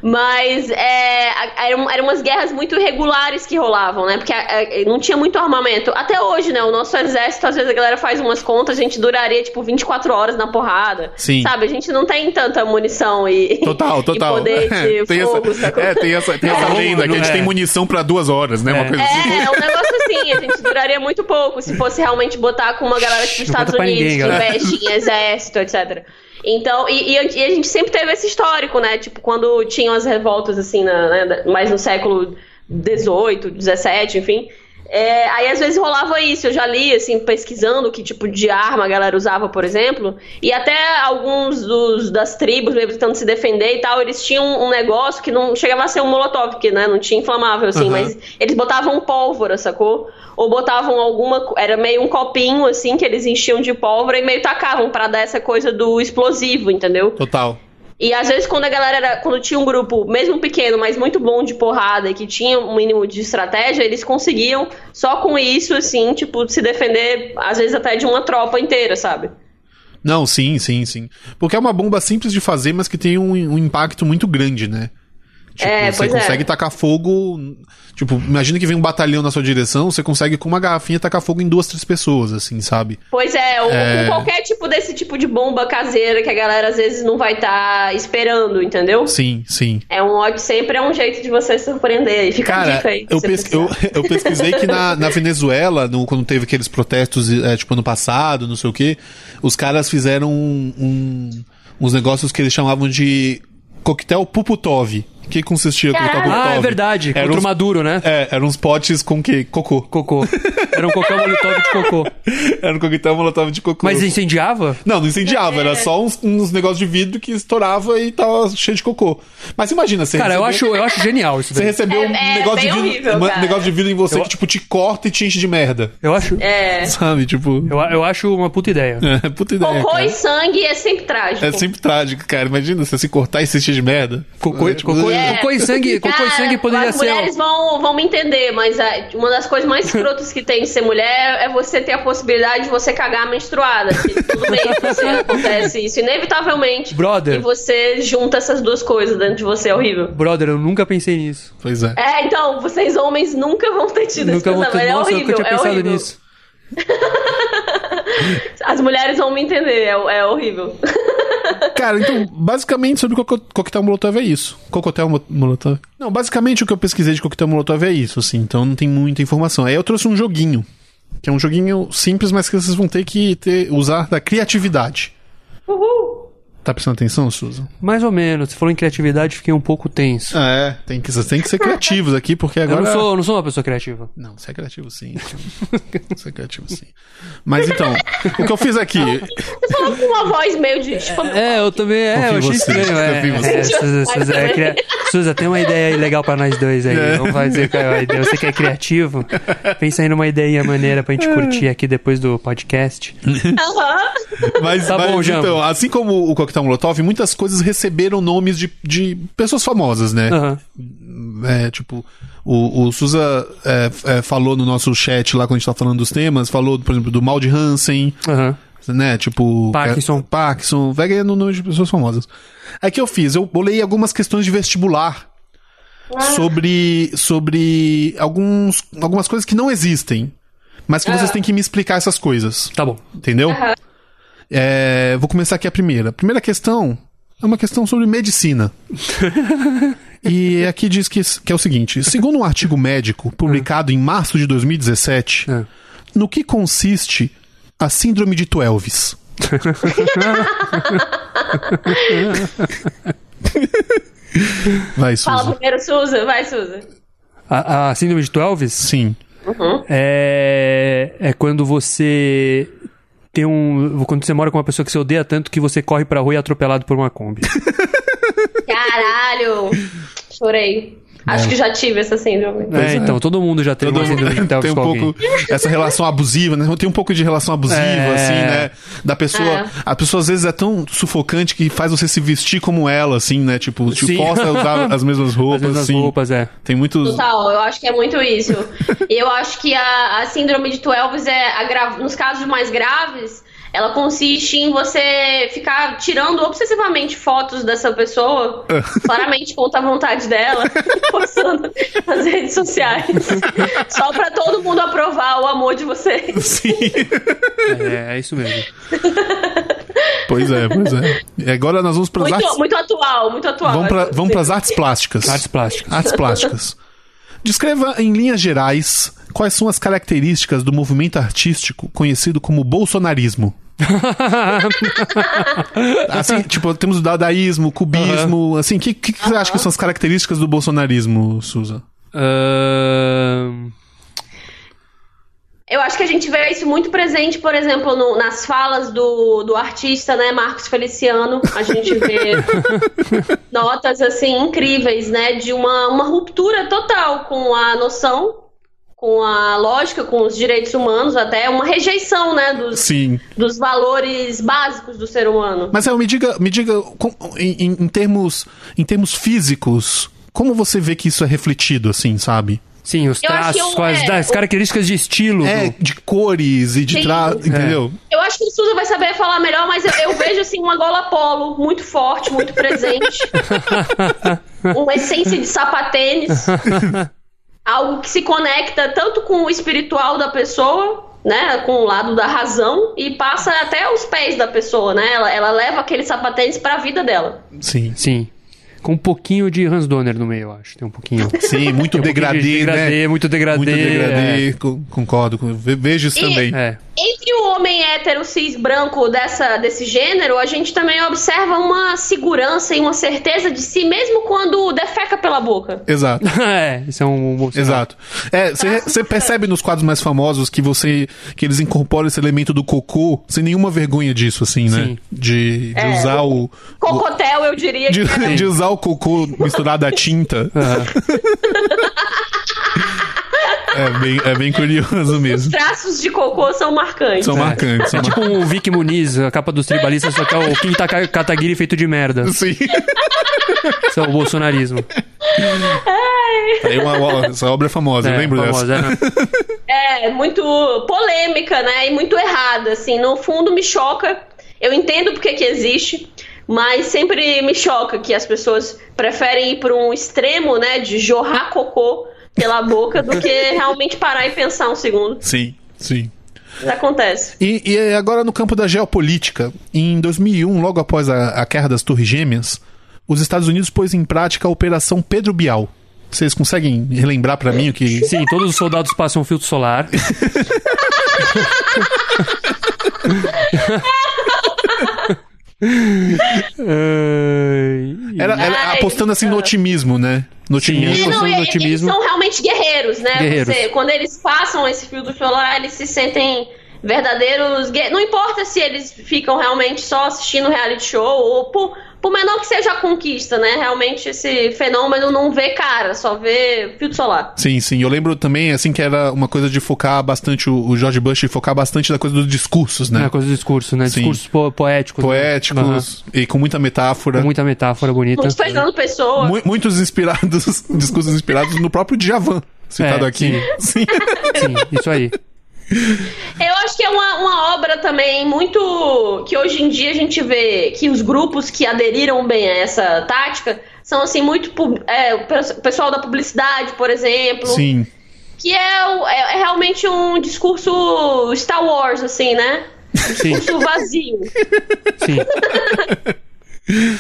S3: Mas é, a- eram, eram umas guerras muito irregulares que rolavam, né? Porque a- a- não tinha muito armamento. Até hoje, né? O nosso exército, às vezes a galera faz umas contas, a gente duraria, tipo, 24 horas na porrada.
S1: Sim.
S3: Sabe? A gente não tem tanta munição e,
S1: Total, total.
S3: e poder de
S1: É, tem,
S3: fogo,
S1: essa,
S3: sacou?
S1: é, tem essa, tem essa
S2: Não,
S1: lenda que a gente
S2: não é.
S1: tem munição pra duas horas, né? Uma
S2: É.
S1: coisa assim.
S3: É, é um negócio assim, a gente duraria muito pouco se fosse realmente botar com uma galera tipo
S2: Não
S3: Estados
S2: conta pra
S3: Unidos
S2: ninguém,
S3: que
S2: galera.
S3: investe em exército, etc. Então, e, e a e a gente sempre teve esse histórico, né? Tipo, quando tinham as revoltas, assim, na- né, da- mais no século XVIII, XVII, enfim. É, aí às vezes rolava isso, eu já li, assim, pesquisando que tipo de arma a galera usava, por exemplo, e até alguns dos, das tribos mesmo tentando se defender e tal, eles tinham um negócio que não chegava a ser um molotov, porque né, não tinha inflamável, assim,
S1: Aham.
S3: mas eles botavam pólvora, sacou? Ou botavam alguma. co- Era meio um copinho, assim, que eles enchiam de pólvora e meio tacavam pra dar essa coisa do explosivo, entendeu?
S1: Total.
S3: E às vezes quando a galera era, quando tinha um grupo, mesmo pequeno, mas muito bom de porrada e que tinha um mínimo de estratégia, eles conseguiam só com isso assim, tipo, se defender às vezes até de uma tropa inteira, sabe?
S1: Não, sim, sim, sim. Porque é uma bomba simples de fazer, mas que tem um, um impacto muito grande, né? Tipo,
S3: É,
S1: você
S3: pois é.
S1: consegue tacar fogo. Tipo, imagina que vem um batalhão na sua direção, você consegue com uma garrafinha tacar fogo em duas, três pessoas, assim, sabe?
S3: Pois é, ou
S1: É.
S3: com qualquer tipo desse tipo de bomba caseira que a galera às vezes não vai estar esperando, entendeu?
S1: Sim, sim.
S3: É um ódio sempre é um jeito de você surpreender e ficar
S1: Cara,
S3: dica aí.
S1: eu,
S3: se
S1: pes-
S3: precisar.
S1: eu, eu pesquisei que na, na Venezuela, no- quando teve aqueles protestos, eh, tipo, ano passado, não sei o quê, os caras fizeram um- um- uns negócios que eles chamavam de coquetel Puputov. O que consistia o coquetel
S3: Caraca.
S1: Puputov?
S2: Ah, é verdade.
S1: Era
S2: contra o
S1: uns-
S2: Maduro, né?
S1: É, eram uns potes com o quê? Cocô.
S2: Cocô. Era um coquetel molotov de cocô.
S1: Era um coquetel molotov de cocô.
S2: Mas incendiava?
S1: Não, não incendiava,
S3: É.
S1: era só uns, uns negócios de vidro que estourava e tava cheio de cocô. Mas imagina, você
S2: Cara, eu acho,
S1: recebeu,
S2: eu acho genial isso
S1: você
S2: daí.
S1: recebeu
S3: É-
S1: um
S3: é
S1: negócio, de
S3: bem
S1: vidro,
S3: horrível,
S1: uma-
S3: cara.
S1: negócio de vidro em você
S2: Eu-
S1: que, tipo, te corta e te enche de merda.
S2: Eu acho,
S3: É.
S1: Sabe, tipo...
S2: eu, a- eu acho uma puta ideia.
S1: É, puta ideia,
S3: Cocô
S1: cara.
S3: e sangue é sempre trágico.
S1: É sempre trágico, cara. Imagina você se cortar e se encher de merda.
S2: Cocô,
S1: É,
S2: cocô,
S3: É.
S2: cocô e sangue, cocô e
S3: Cara,
S2: sangue poderia
S3: as
S2: ser.
S3: mulheres vão, vão me entender, mas é, uma das coisas mais escrotas que tem de ser mulher é você ter a possibilidade de você cagar menstruada. que Tudo bem, você acontece isso inevitavelmente.
S2: Brother.
S3: E você junta essas duas coisas dentro de você, é horrível.
S2: Brother, eu nunca pensei nisso.
S1: Pois é.
S3: É, então, vocês homens nunca vão ter tido esse
S2: nunca vou
S3: pensamento.
S2: ter.
S3: É
S2: Nossa, eu
S3: horrível,
S2: nunca tinha
S3: é
S2: pensado
S3: horrível.
S2: nisso.
S3: As mulheres vão me entender, é, é horrível.
S1: Cara, então, basicamente sobre coco- coquetel molotov é isso. Coquetel mo- molotov? Não, basicamente o que eu pesquisei de coquetel molotov é isso, assim. Então não tem muita informação. Aí eu trouxe um joguinho. Que é um joguinho simples, mas que vocês vão ter que ter- usar da criatividade.
S3: Uhul.
S1: Tá prestando atenção, Susan?
S2: Mais ou menos. Você falou em criatividade, fiquei um pouco tenso.
S1: Ah, é, tem que, vocês têm que ser criativos aqui, porque agora.
S2: Eu não sou, eu não sou uma pessoa criativa.
S1: Não, você é criativo sim. Você é criativo sim. Mas então, o que eu fiz aqui.
S3: Você falou com uma voz meio de. tipo,
S2: É, eu também. É, eu
S1: Confio em
S2: achei
S1: você,
S2: estranho. É,
S1: confio em você.
S2: é, Suza, Suza, é cria- Suza, tem uma ideia aí legal pra nós dois aí.
S1: É.
S2: Vamos fazer qual é a ideia. Você que é criativo, pensa aí numa ideia maneira pra gente curtir aqui depois do podcast.
S3: aham.
S1: Mas,
S2: Tá
S1: mas,
S2: bom, Jamba.
S1: então, assim como o Coquetel Molotov, muitas coisas receberam nomes de, de pessoas famosas, né?
S2: Aham.
S1: É, tipo, o, o Suza é, f- é, falou no nosso chat lá quando a gente tava falando dos temas, falou, por exemplo, do mal de Hansen,
S2: Aham.
S1: né? Tipo.
S2: Parkinson.
S1: É, Parkinson, vai ganhando nome de pessoas famosas. Aí o que eu fiz? Eu bolei algumas questões de vestibular sobre, sobre alguns, algumas coisas que não existem. Mas que vocês têm que me explicar essas coisas.
S2: Tá bom.
S1: Entendeu? É, vou começar aqui a primeira. Primeira questão é uma questão sobre medicina. e aqui diz que, que é o seguinte: segundo um artigo médico publicado em março de 2017,
S2: Ah.
S1: no que consiste a síndrome de Tuelvis? Vai,
S3: Fala
S1: Susan.
S3: primeiro, Suza. Vai, Suza.
S2: A, a síndrome de Twelves
S1: Sim.
S2: é, é quando você tem um. Quando você mora com uma pessoa que você odeia tanto que você corre pra rua e é atropelado por uma Kombi.
S3: Caralho. Chorei. Acho que já tive essa síndrome.
S1: é.
S2: É, então, todo mundo já teve
S1: Todo
S2: uma
S1: mundo
S2: síndrome de Twelves
S1: tem um
S2: com alguém.
S1: pouco essa relação abusiva, né? Tem um pouco de relação abusiva,
S2: É.
S1: assim, né? Da pessoa.
S3: É.
S1: A pessoa às vezes é tão sufocante que faz você se vestir como ela, assim, né? Tipo, te
S2: Sim.
S1: força a usar as mesmas
S2: Às
S1: roupas,
S2: vezes as
S1: assim.
S2: roupas, é.
S1: Tem muitos.
S3: Total, eu acho que é muito isso. Eu acho que a, a síndrome de Twelves é a gra- nos casos mais graves, ela consiste em você ficar tirando obsessivamente fotos dessa pessoa, claramente contra a vontade dela, e postando nas redes sociais. Só pra todo mundo aprovar o amor de vocês.
S1: Sim.
S2: É, é isso mesmo.
S1: pois é, pois é. E agora nós vamos para as artes.
S3: Muito, muito atual, muito atual. né?
S1: Vamos pra, vamos pras artes plásticas.
S2: Artes plásticas.
S1: Artes plásticas. Descreva em linhas gerais quais são as características do movimento artístico conhecido como bolsonarismo. Assim, tipo, temos o dadaísmo, o cubismo, assim, o que, que, que você acha que são as características do bolsonarismo, Susan?
S2: Ahn,
S3: Eu acho que a gente vê isso muito presente, por exemplo, no- nas falas do, do artista, né, Marcos Feliciano. A gente vê notas assim incríveis, né, de uma, uma ruptura total com a noção, com a lógica, com os direitos humanos, até uma rejeição, né, dos,
S1: Sim.
S3: dos valores básicos do ser humano.
S1: Mas é, me diga, me diga com- em, em- em termos, em termos físicos, como você vê que isso é refletido, assim, sabe?
S2: Sim, os
S3: Eu acho que
S2: traços,
S3: eu-
S2: com as,
S3: é,
S2: as características de estilo.
S1: É,
S2: do-
S1: de cores e de
S3: Sim.
S1: traço, entendeu?
S3: Eu acho que o Suza vai saber falar melhor, mas eu, eu vejo assim uma gola polo muito forte, muito presente. uma essência de sapatênis. Algo que se conecta tanto com o espiritual da pessoa, né? Com o lado da razão e passa até os pés da pessoa, né? Ela, ela leva aquele sapatênis pra vida dela.
S1: Sim.
S2: Sim. Com um pouquinho de Hans Donner no meio, eu acho. Tem um pouquinho.
S1: Sim, muito
S2: Tem um pouquinho de
S1: degradê,
S2: degradê,
S1: né?
S2: muito degradê,
S1: Muito degradê, co- concordo. com- ve- Vejo isso
S3: E-
S1: também.
S2: É.
S3: Entre o homem hétero cis branco dessa, desse gênero, a gente também observa uma segurança e uma certeza de si, mesmo quando defeca pela boca.
S1: Exato,
S2: é, isso é um bom sinal.
S1: exato. É, você percebe nos quadros mais famosos que você que eles incorporam esse elemento do cocô sem nenhuma vergonha disso, assim, né?
S2: Sim.
S1: De, de
S3: É.
S1: usar o, o-
S3: Cocotel, eu diria que é.
S1: de, de usar o cocô misturado à tinta. É bem, é bem curioso
S3: Os
S1: mesmo.
S3: traços de cocô são marcantes.
S1: São marcantes. São
S2: É tipo o Vic Muniz, a capa dos tribalistas, só que é o Kim Taka- Kataguiri feito de merda.
S1: marcantes. Sim.
S2: Isso é o bolsonarismo.
S1: Tá Aí uma- uma- essa obra é famosa, eu
S2: é,
S1: lembro
S2: famosa,
S1: dessa.
S2: né?
S3: É muito polêmica, né? E muito errada, assim. No fundo, me choca. Eu entendo porque que existe, mas sempre me choca que as pessoas preferem ir para um extremo, né? De jorrar cocô pela boca do que realmente parar e pensar um segundo.
S1: Sim, sim.
S3: Isso acontece.
S1: E, e agora no campo da geopolítica, em 2001, logo após a, a queda das Torres Gêmeas, os Estados Unidos pôs em prática a Operação Pedro Bial. Vocês conseguem relembrar pra mim o que
S2: Sim, todos os soldados passam um filtro solar. Ai,
S1: Era, era
S3: Ai,
S1: apostando assim no
S3: cara.
S1: otimismo, né? No
S2: Sim.
S1: otimismo.
S3: É, não,
S2: Forçando
S3: e-
S2: o
S3: eles,
S2: otimismo.
S3: são realmente guerreiros, né?
S2: Guerreiros.
S3: Você- quando eles passam esse fio do chorar, eles se sentem verdadeiros guerreiros. Não importa se eles ficam realmente só assistindo reality show ou por, por menor que seja a conquista, né? Realmente esse fenômeno não vê cara, só vê fio do solar.
S1: Sim, sim. Eu lembro também, assim, que era uma coisa de focar bastante, o o George Bush focar bastante na coisa dos discursos,
S2: É
S1: né?
S2: uma coisa do discurso, né?
S1: Sim.
S2: Discursos po poéticos. né? Aham.
S1: Poéticos e com muita metáfora.
S2: Com muita metáfora bonita.
S3: Mostrando pessoas.
S1: Mu- muitos inspirados, discursos inspirados no próprio Djavan, citado
S2: É,
S1: aqui. Sim.
S2: Sim, isso aí.
S3: Eu acho que é uma, uma obra também muito. que hoje em dia a gente vê que os grupos que aderiram bem a essa tática são, assim, muito. pub- é, o pe- pessoal da publicidade, por exemplo.
S1: Sim.
S3: Que é, o- é- é realmente um discurso Star Wars, assim, né?
S2: Sim,
S3: Discurso vazio.
S2: sim.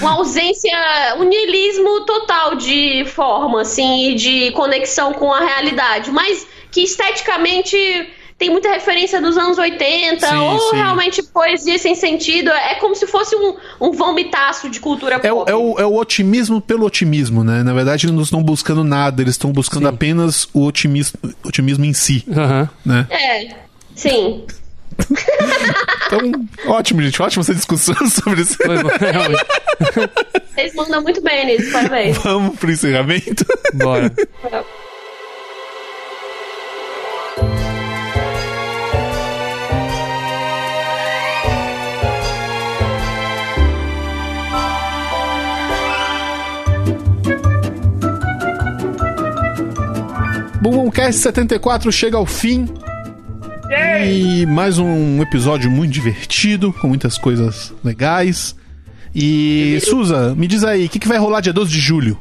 S3: Uma ausência. um niilismo total de forma, assim, e de conexão com a realidade. Mas que esteticamente. Tem muita referência dos anos 80,
S1: Sim,
S3: ou
S1: sim.
S3: realmente poesia sem sentido. É como se fosse um, um vomitaço de cultura
S1: É o,
S3: pop.
S1: é, o, é o otimismo pelo otimismo, né? Na verdade, eles não estão buscando nada, eles estão buscando
S2: Sim.
S1: apenas o otimismo, otimismo em si,
S2: Aham.
S1: né?
S3: É, sim.
S1: Então, ótimo, gente. Ótima essa discussão sobre isso.
S2: Foi bom, realmente.
S3: Vocês mandam muito bem nisso, parabéns.
S1: Vamos pro encerramento.
S2: Bora.
S1: Bumbumcast 74 chega ao fim. E mais um episódio muito divertido, com muitas coisas legais. E, Suza, me diz aí, o que, que vai rolar dia 12 de julho?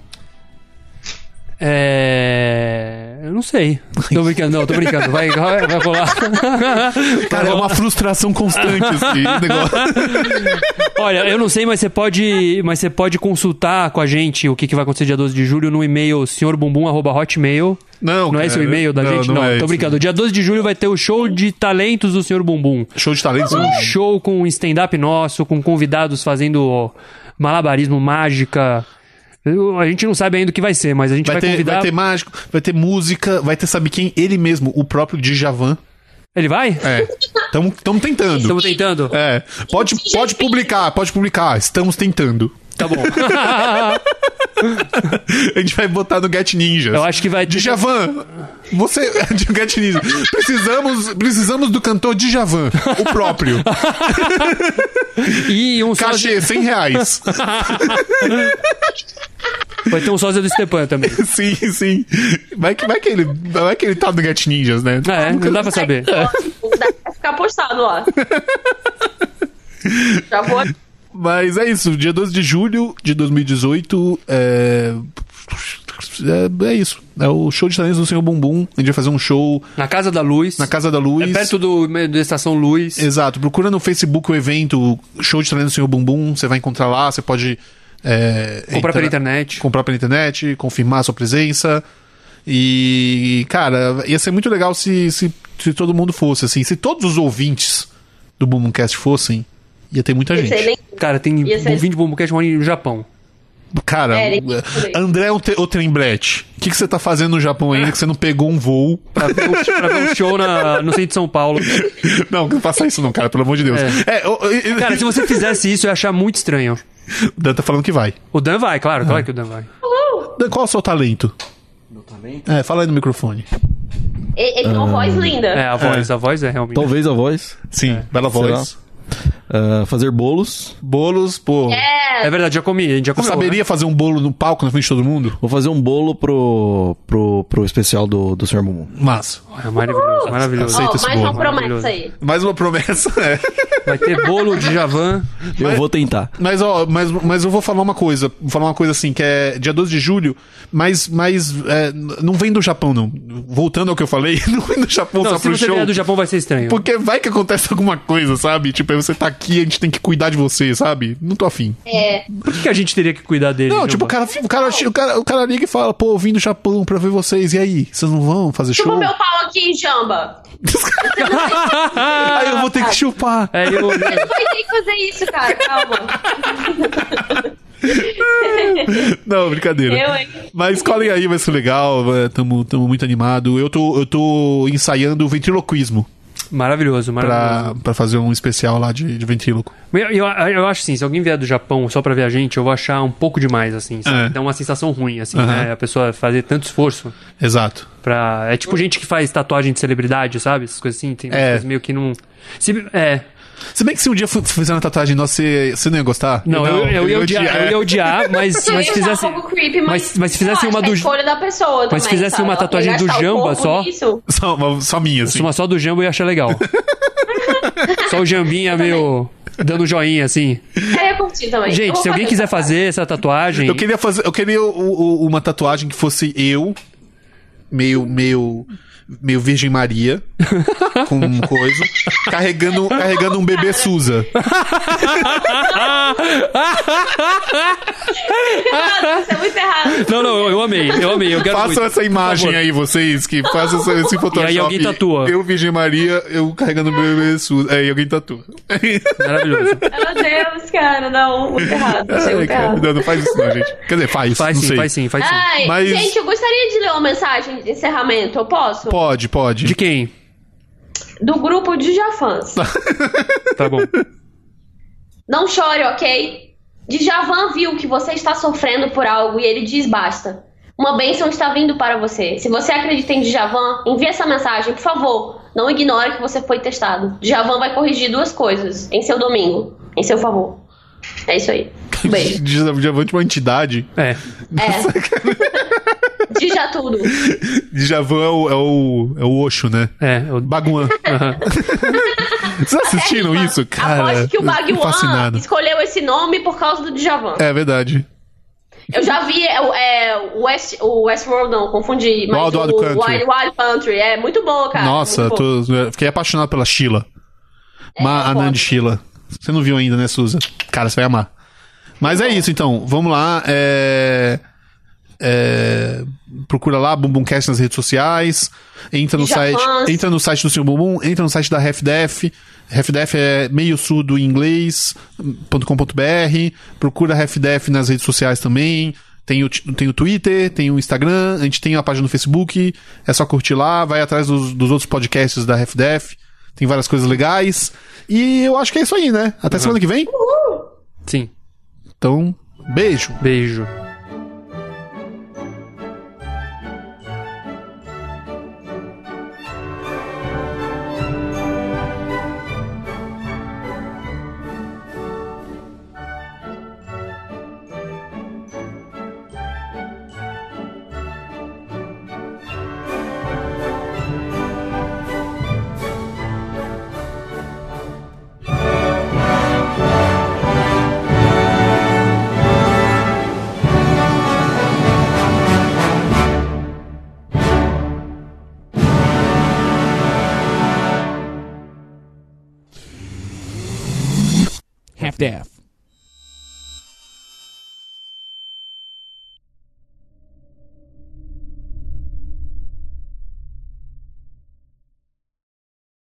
S2: É. Eu não sei. Tô brincando, não, tô brincando. Vai, vai, vai rolar.
S1: Cara, é uma frustração constante esse negócio.
S2: Olha, eu não sei, mas você pode, mas você pode consultar com a gente o que, que vai acontecer dia 12 de julho no e-mail senhorbumbum@hotmail.
S1: Não,
S2: Não é esse o
S1: cara,
S2: e-mail da
S1: não,
S2: gente?
S1: não
S2: Não,
S1: é
S2: tô
S1: esse.
S2: brincando. Dia 12 de julho vai ter o show de talentos do Senhor Bumbum.
S1: Show de talentos.
S2: Um show com stand-up nosso, com convidados fazendo malabarismo, mágica. Eu- A gente não sabe ainda o que vai ser, mas a gente vai,
S1: Vai ter,
S2: convidar.
S1: vai ter mágico, vai ter música, vai ter sabe quem? Ele mesmo, o próprio Djavan.
S2: Ele vai?
S1: É. Estamos tentando.
S2: Estamos tentando.
S1: É. Pode,
S3: Gente,
S1: pode
S3: gente.
S1: publicar, pode publicar. Estamos tentando.
S2: Tá bom.
S1: A gente vai botar no Get Ninjas.
S2: Eu acho que vai.
S1: Djavan, você. Get Ninja. Precisamos, precisamos do cantor Djavan, o próprio.
S2: E um sósia-
S1: Cachê, 100 reais.
S2: Vai ter um sósia do Stepan também.
S1: sim, sim. Vai que, vai, que ele, vai que ele tá no Get Ninjas, né?
S2: Ah, é, não dá pra saber.
S3: Dá pra ficar postado lá. Já vou.
S1: Mas é isso, dia 12 de julho de 2018. É. É, é isso. É o show de talentos do Senhor Bumbum. A gente vai fazer um show
S2: Na Casa da Luz.
S1: na Casa da Luz.
S2: É perto do, da Estação Luz.
S1: Exato. Procura no Facebook o evento Show de Talentos do Senhor Bumbum. Você vai encontrar lá, você pode. é,
S2: Comprar pela
S1: entrar-
S2: internet.
S1: comprar pela internet, confirmar a sua presença. E, cara, ia ser muito legal se, se, se todo mundo fosse, assim. Se todos os ouvintes do Boomcast fossem, ia ter muita gente.
S3: Excelente.
S2: Cara, tem
S3: Ia ser-
S2: um vídeo de Bombocast morando no Japão.
S1: Cara,
S3: É,
S1: o-
S3: excelente.
S1: André o, te, o Tremblete, o que, que você tá fazendo no Japão ainda que você não pegou um voo?
S2: Pra ver, o, pra ver o show na, no centro de São Paulo.
S1: não, não faça isso não, cara, pelo amor de Deus. É, o- o-
S2: Cara, se você fizesse isso, eu ia achar muito estranho.
S1: o Dan tá falando que vai.
S2: O Dan vai, claro, claro que o Dan vai.
S1: Dan, qual é o seu talento? Meu talento? É, fala aí no microfone.
S3: Ele ele tem uma
S1: Ah.
S3: voz linda.
S2: É, a voz, a voz é realmente.
S4: Talvez a voz.
S1: Sim, É. bela voz.
S4: Ah, fazer bolos.
S1: Bolos, pô.
S2: É verdade, já comi, a gente já
S1: Você
S2: comeu. né?
S1: saberia fazer um bolo no palco na frente de todo mundo?
S4: Vou fazer um bolo pro, pro, pro especial do, do Sr. Mumu.
S1: Massa.
S2: Né? É maravilhoso, maravilhoso.
S1: Aceita
S3: Ó,
S1: esse
S3: mais
S1: bolo,
S2: né?
S3: uma promessa aí.
S2: maravilhoso.
S1: Mais uma promessa, é.
S2: Vai ter bolo de Javan.
S4: Eu vou tentar.
S1: Mas, ó, mas, mas eu vou falar uma coisa. Vou falar uma coisa assim, que é dia 12 de julho, mas, mas é, n- não vem do Japão, não. Voltando ao que eu falei, não vem do Japão
S2: Não,
S1: só
S2: se
S1: pro
S2: você
S1: show.
S2: vier do Japão vai ser estranho.
S1: Porque vai que acontece alguma coisa, sabe? Tipo, aí você tá aqui, a gente tem que cuidar de você, sabe? Não tô afim.
S3: É
S2: Por que, que a gente teria que cuidar dele?
S1: não, tipo, o
S2: Juba?
S1: cara, o, cara, o, cara, o cara liga e fala, pô, eu vim do Japão pra ver vocês, e aí? Vocês não vão fazer
S3: Chupa
S1: show?
S3: meu pau aqui, Jamba.
S1: Aí eu vou ter que chupar.
S2: É, eu.
S3: Vai sei fazer isso, cara. Calma.
S1: Não, brincadeira.
S3: Eu, hein?
S1: Mas colhem aí, vai ser legal. é, Tamo, tamo muito animado. Eu tô, eu tô ensaiando o ventriloquismo
S2: Maravilhoso, maravilhoso.
S1: pra, pra fazer um especial lá de, de ventríloco.
S2: Eu, eu, eu acho assim, se alguém vier do Japão só pra ver a gente, eu vou achar um pouco demais, assim. sabe?
S1: É.
S2: Dá uma sensação ruim, assim,
S1: Aham.
S2: né? A pessoa fazer tanto esforço
S1: Exato.
S2: pra. É tipo gente que faz tatuagem de celebridade, sabe? Essas coisas assim, tem umas
S1: É.
S2: coisas meio que não. Se- é.
S1: Se bem que se um dia fu- fizer uma tatuagem nossa, você você não ia gostar?
S2: Não, eu, eu, ia odiar, eu ia odiar, mas, mas
S3: Eu ia
S2: se
S3: achar
S2: fizesse.
S3: um pouco creepy,
S2: mas- mas se fizesse
S3: eu
S2: uma
S3: acho que
S2: do-
S3: é a escolha da pessoa também,
S2: se fizesse
S3: sabe?
S2: uma
S3: Ela quer
S2: tatuagem do
S3: gastar o
S2: Jamba
S3: corpo
S2: só?
S3: nisso.
S1: Só, uma- só minha,
S3: é
S1: assim.
S2: Uma só do Jambo eu ia achar legal. só o Jambinha meio. Dando joinha, assim.
S3: É, Eu ia curtir também. Eu
S2: Gente,
S3: vou
S2: se alguém
S3: fazer
S2: quiser
S3: essa
S2: fazer essa tatuagem.
S1: Eu queria fazer. Eu queria o- o- uma tatuagem que fosse eu, meio. meio. meio Virgem Maria, com um coisa, carregando, carregando um bebê Suza.
S3: Errado, Isso é muito errado.
S2: Não, não, eu, eu amei, eu amei. Eu quero muito.
S1: Façam essa imagem
S2: favor.
S1: aí, vocês, que façam essa- esse Photoshop.
S2: E aí alguém tatua.
S1: Eu, Virgem Maria, eu carregando um bebê Suza. Aí alguém tatua.
S2: Maravilhoso.
S3: Meu Deus, cara, não, muito errado. Achei
S1: Ai,
S3: muito
S1: cara,
S3: errado.
S1: não, não faz isso, não, gente. Quer dizer, faz.
S2: Faz
S1: não
S2: sim,
S1: sei.
S2: faz sim, faz sim.
S3: Ai,
S1: Mas-
S3: gente, eu gostaria de ler uma mensagem de encerramento, eu posso?
S1: Pode, pode.
S2: De quem?
S3: Do grupo de Jafans.
S2: Tá bom.
S3: Não chore, ok? Djavan viu que você está sofrendo por algo e ele diz basta. Uma bênção está vindo para você. Se você acredita em Djavan, envie essa mensagem, por favor. Não ignore que você foi testado. Djavan vai corrigir duas coisas em seu domingo, em seu favor. É isso aí. Beijo.
S1: Djavan de uma entidade.
S2: É.
S3: É. Dija tudo.
S1: Djavan é o, é o, é o Osho, né?
S2: É. Eu...
S1: Baguan.
S2: Aham.
S1: Vocês assistiram isso? Cara,
S3: Aposto que o
S1: eu fiquei
S3: Baguan
S1: fascinado.
S3: escolheu esse nome por causa do Djavan.
S1: É verdade.
S3: Eu já vi é, o- é, o West, o Westworld, não, confundi. Mas
S1: Wild
S3: o
S1: Wild Country.
S3: Wild, Wild Country. É muito boa, cara.
S1: Nossa,
S3: muito É boa.
S1: tô- eu fiquei apaixonado pela Sheila. Ma
S3: eu
S1: Anand
S3: concordo.
S1: Sheila. Você não viu ainda, né, Suza? Cara, você vai amar. Mas é isso, então. Vamos lá. É... é, Procura lá, Bumbumcast nas redes sociais. Entra no,
S3: Japans.
S1: site, entra no site do Senhor Bumbum. Entra no site da RefDef. RefDef é meio surdo em inglês.com.br. Procura a RefDef nas redes sociais também. Tem o, ti- tem o Twitter, tem o Instagram, a gente tem a página no Facebook. É só curtir lá, vai atrás dos, dos outros podcasts da RefDef. Tem várias coisas legais. E eu acho que é isso aí, né? Até semana que vem.
S2: Sim.
S1: Então, beijo.
S2: Beijo.
S5: half deaf.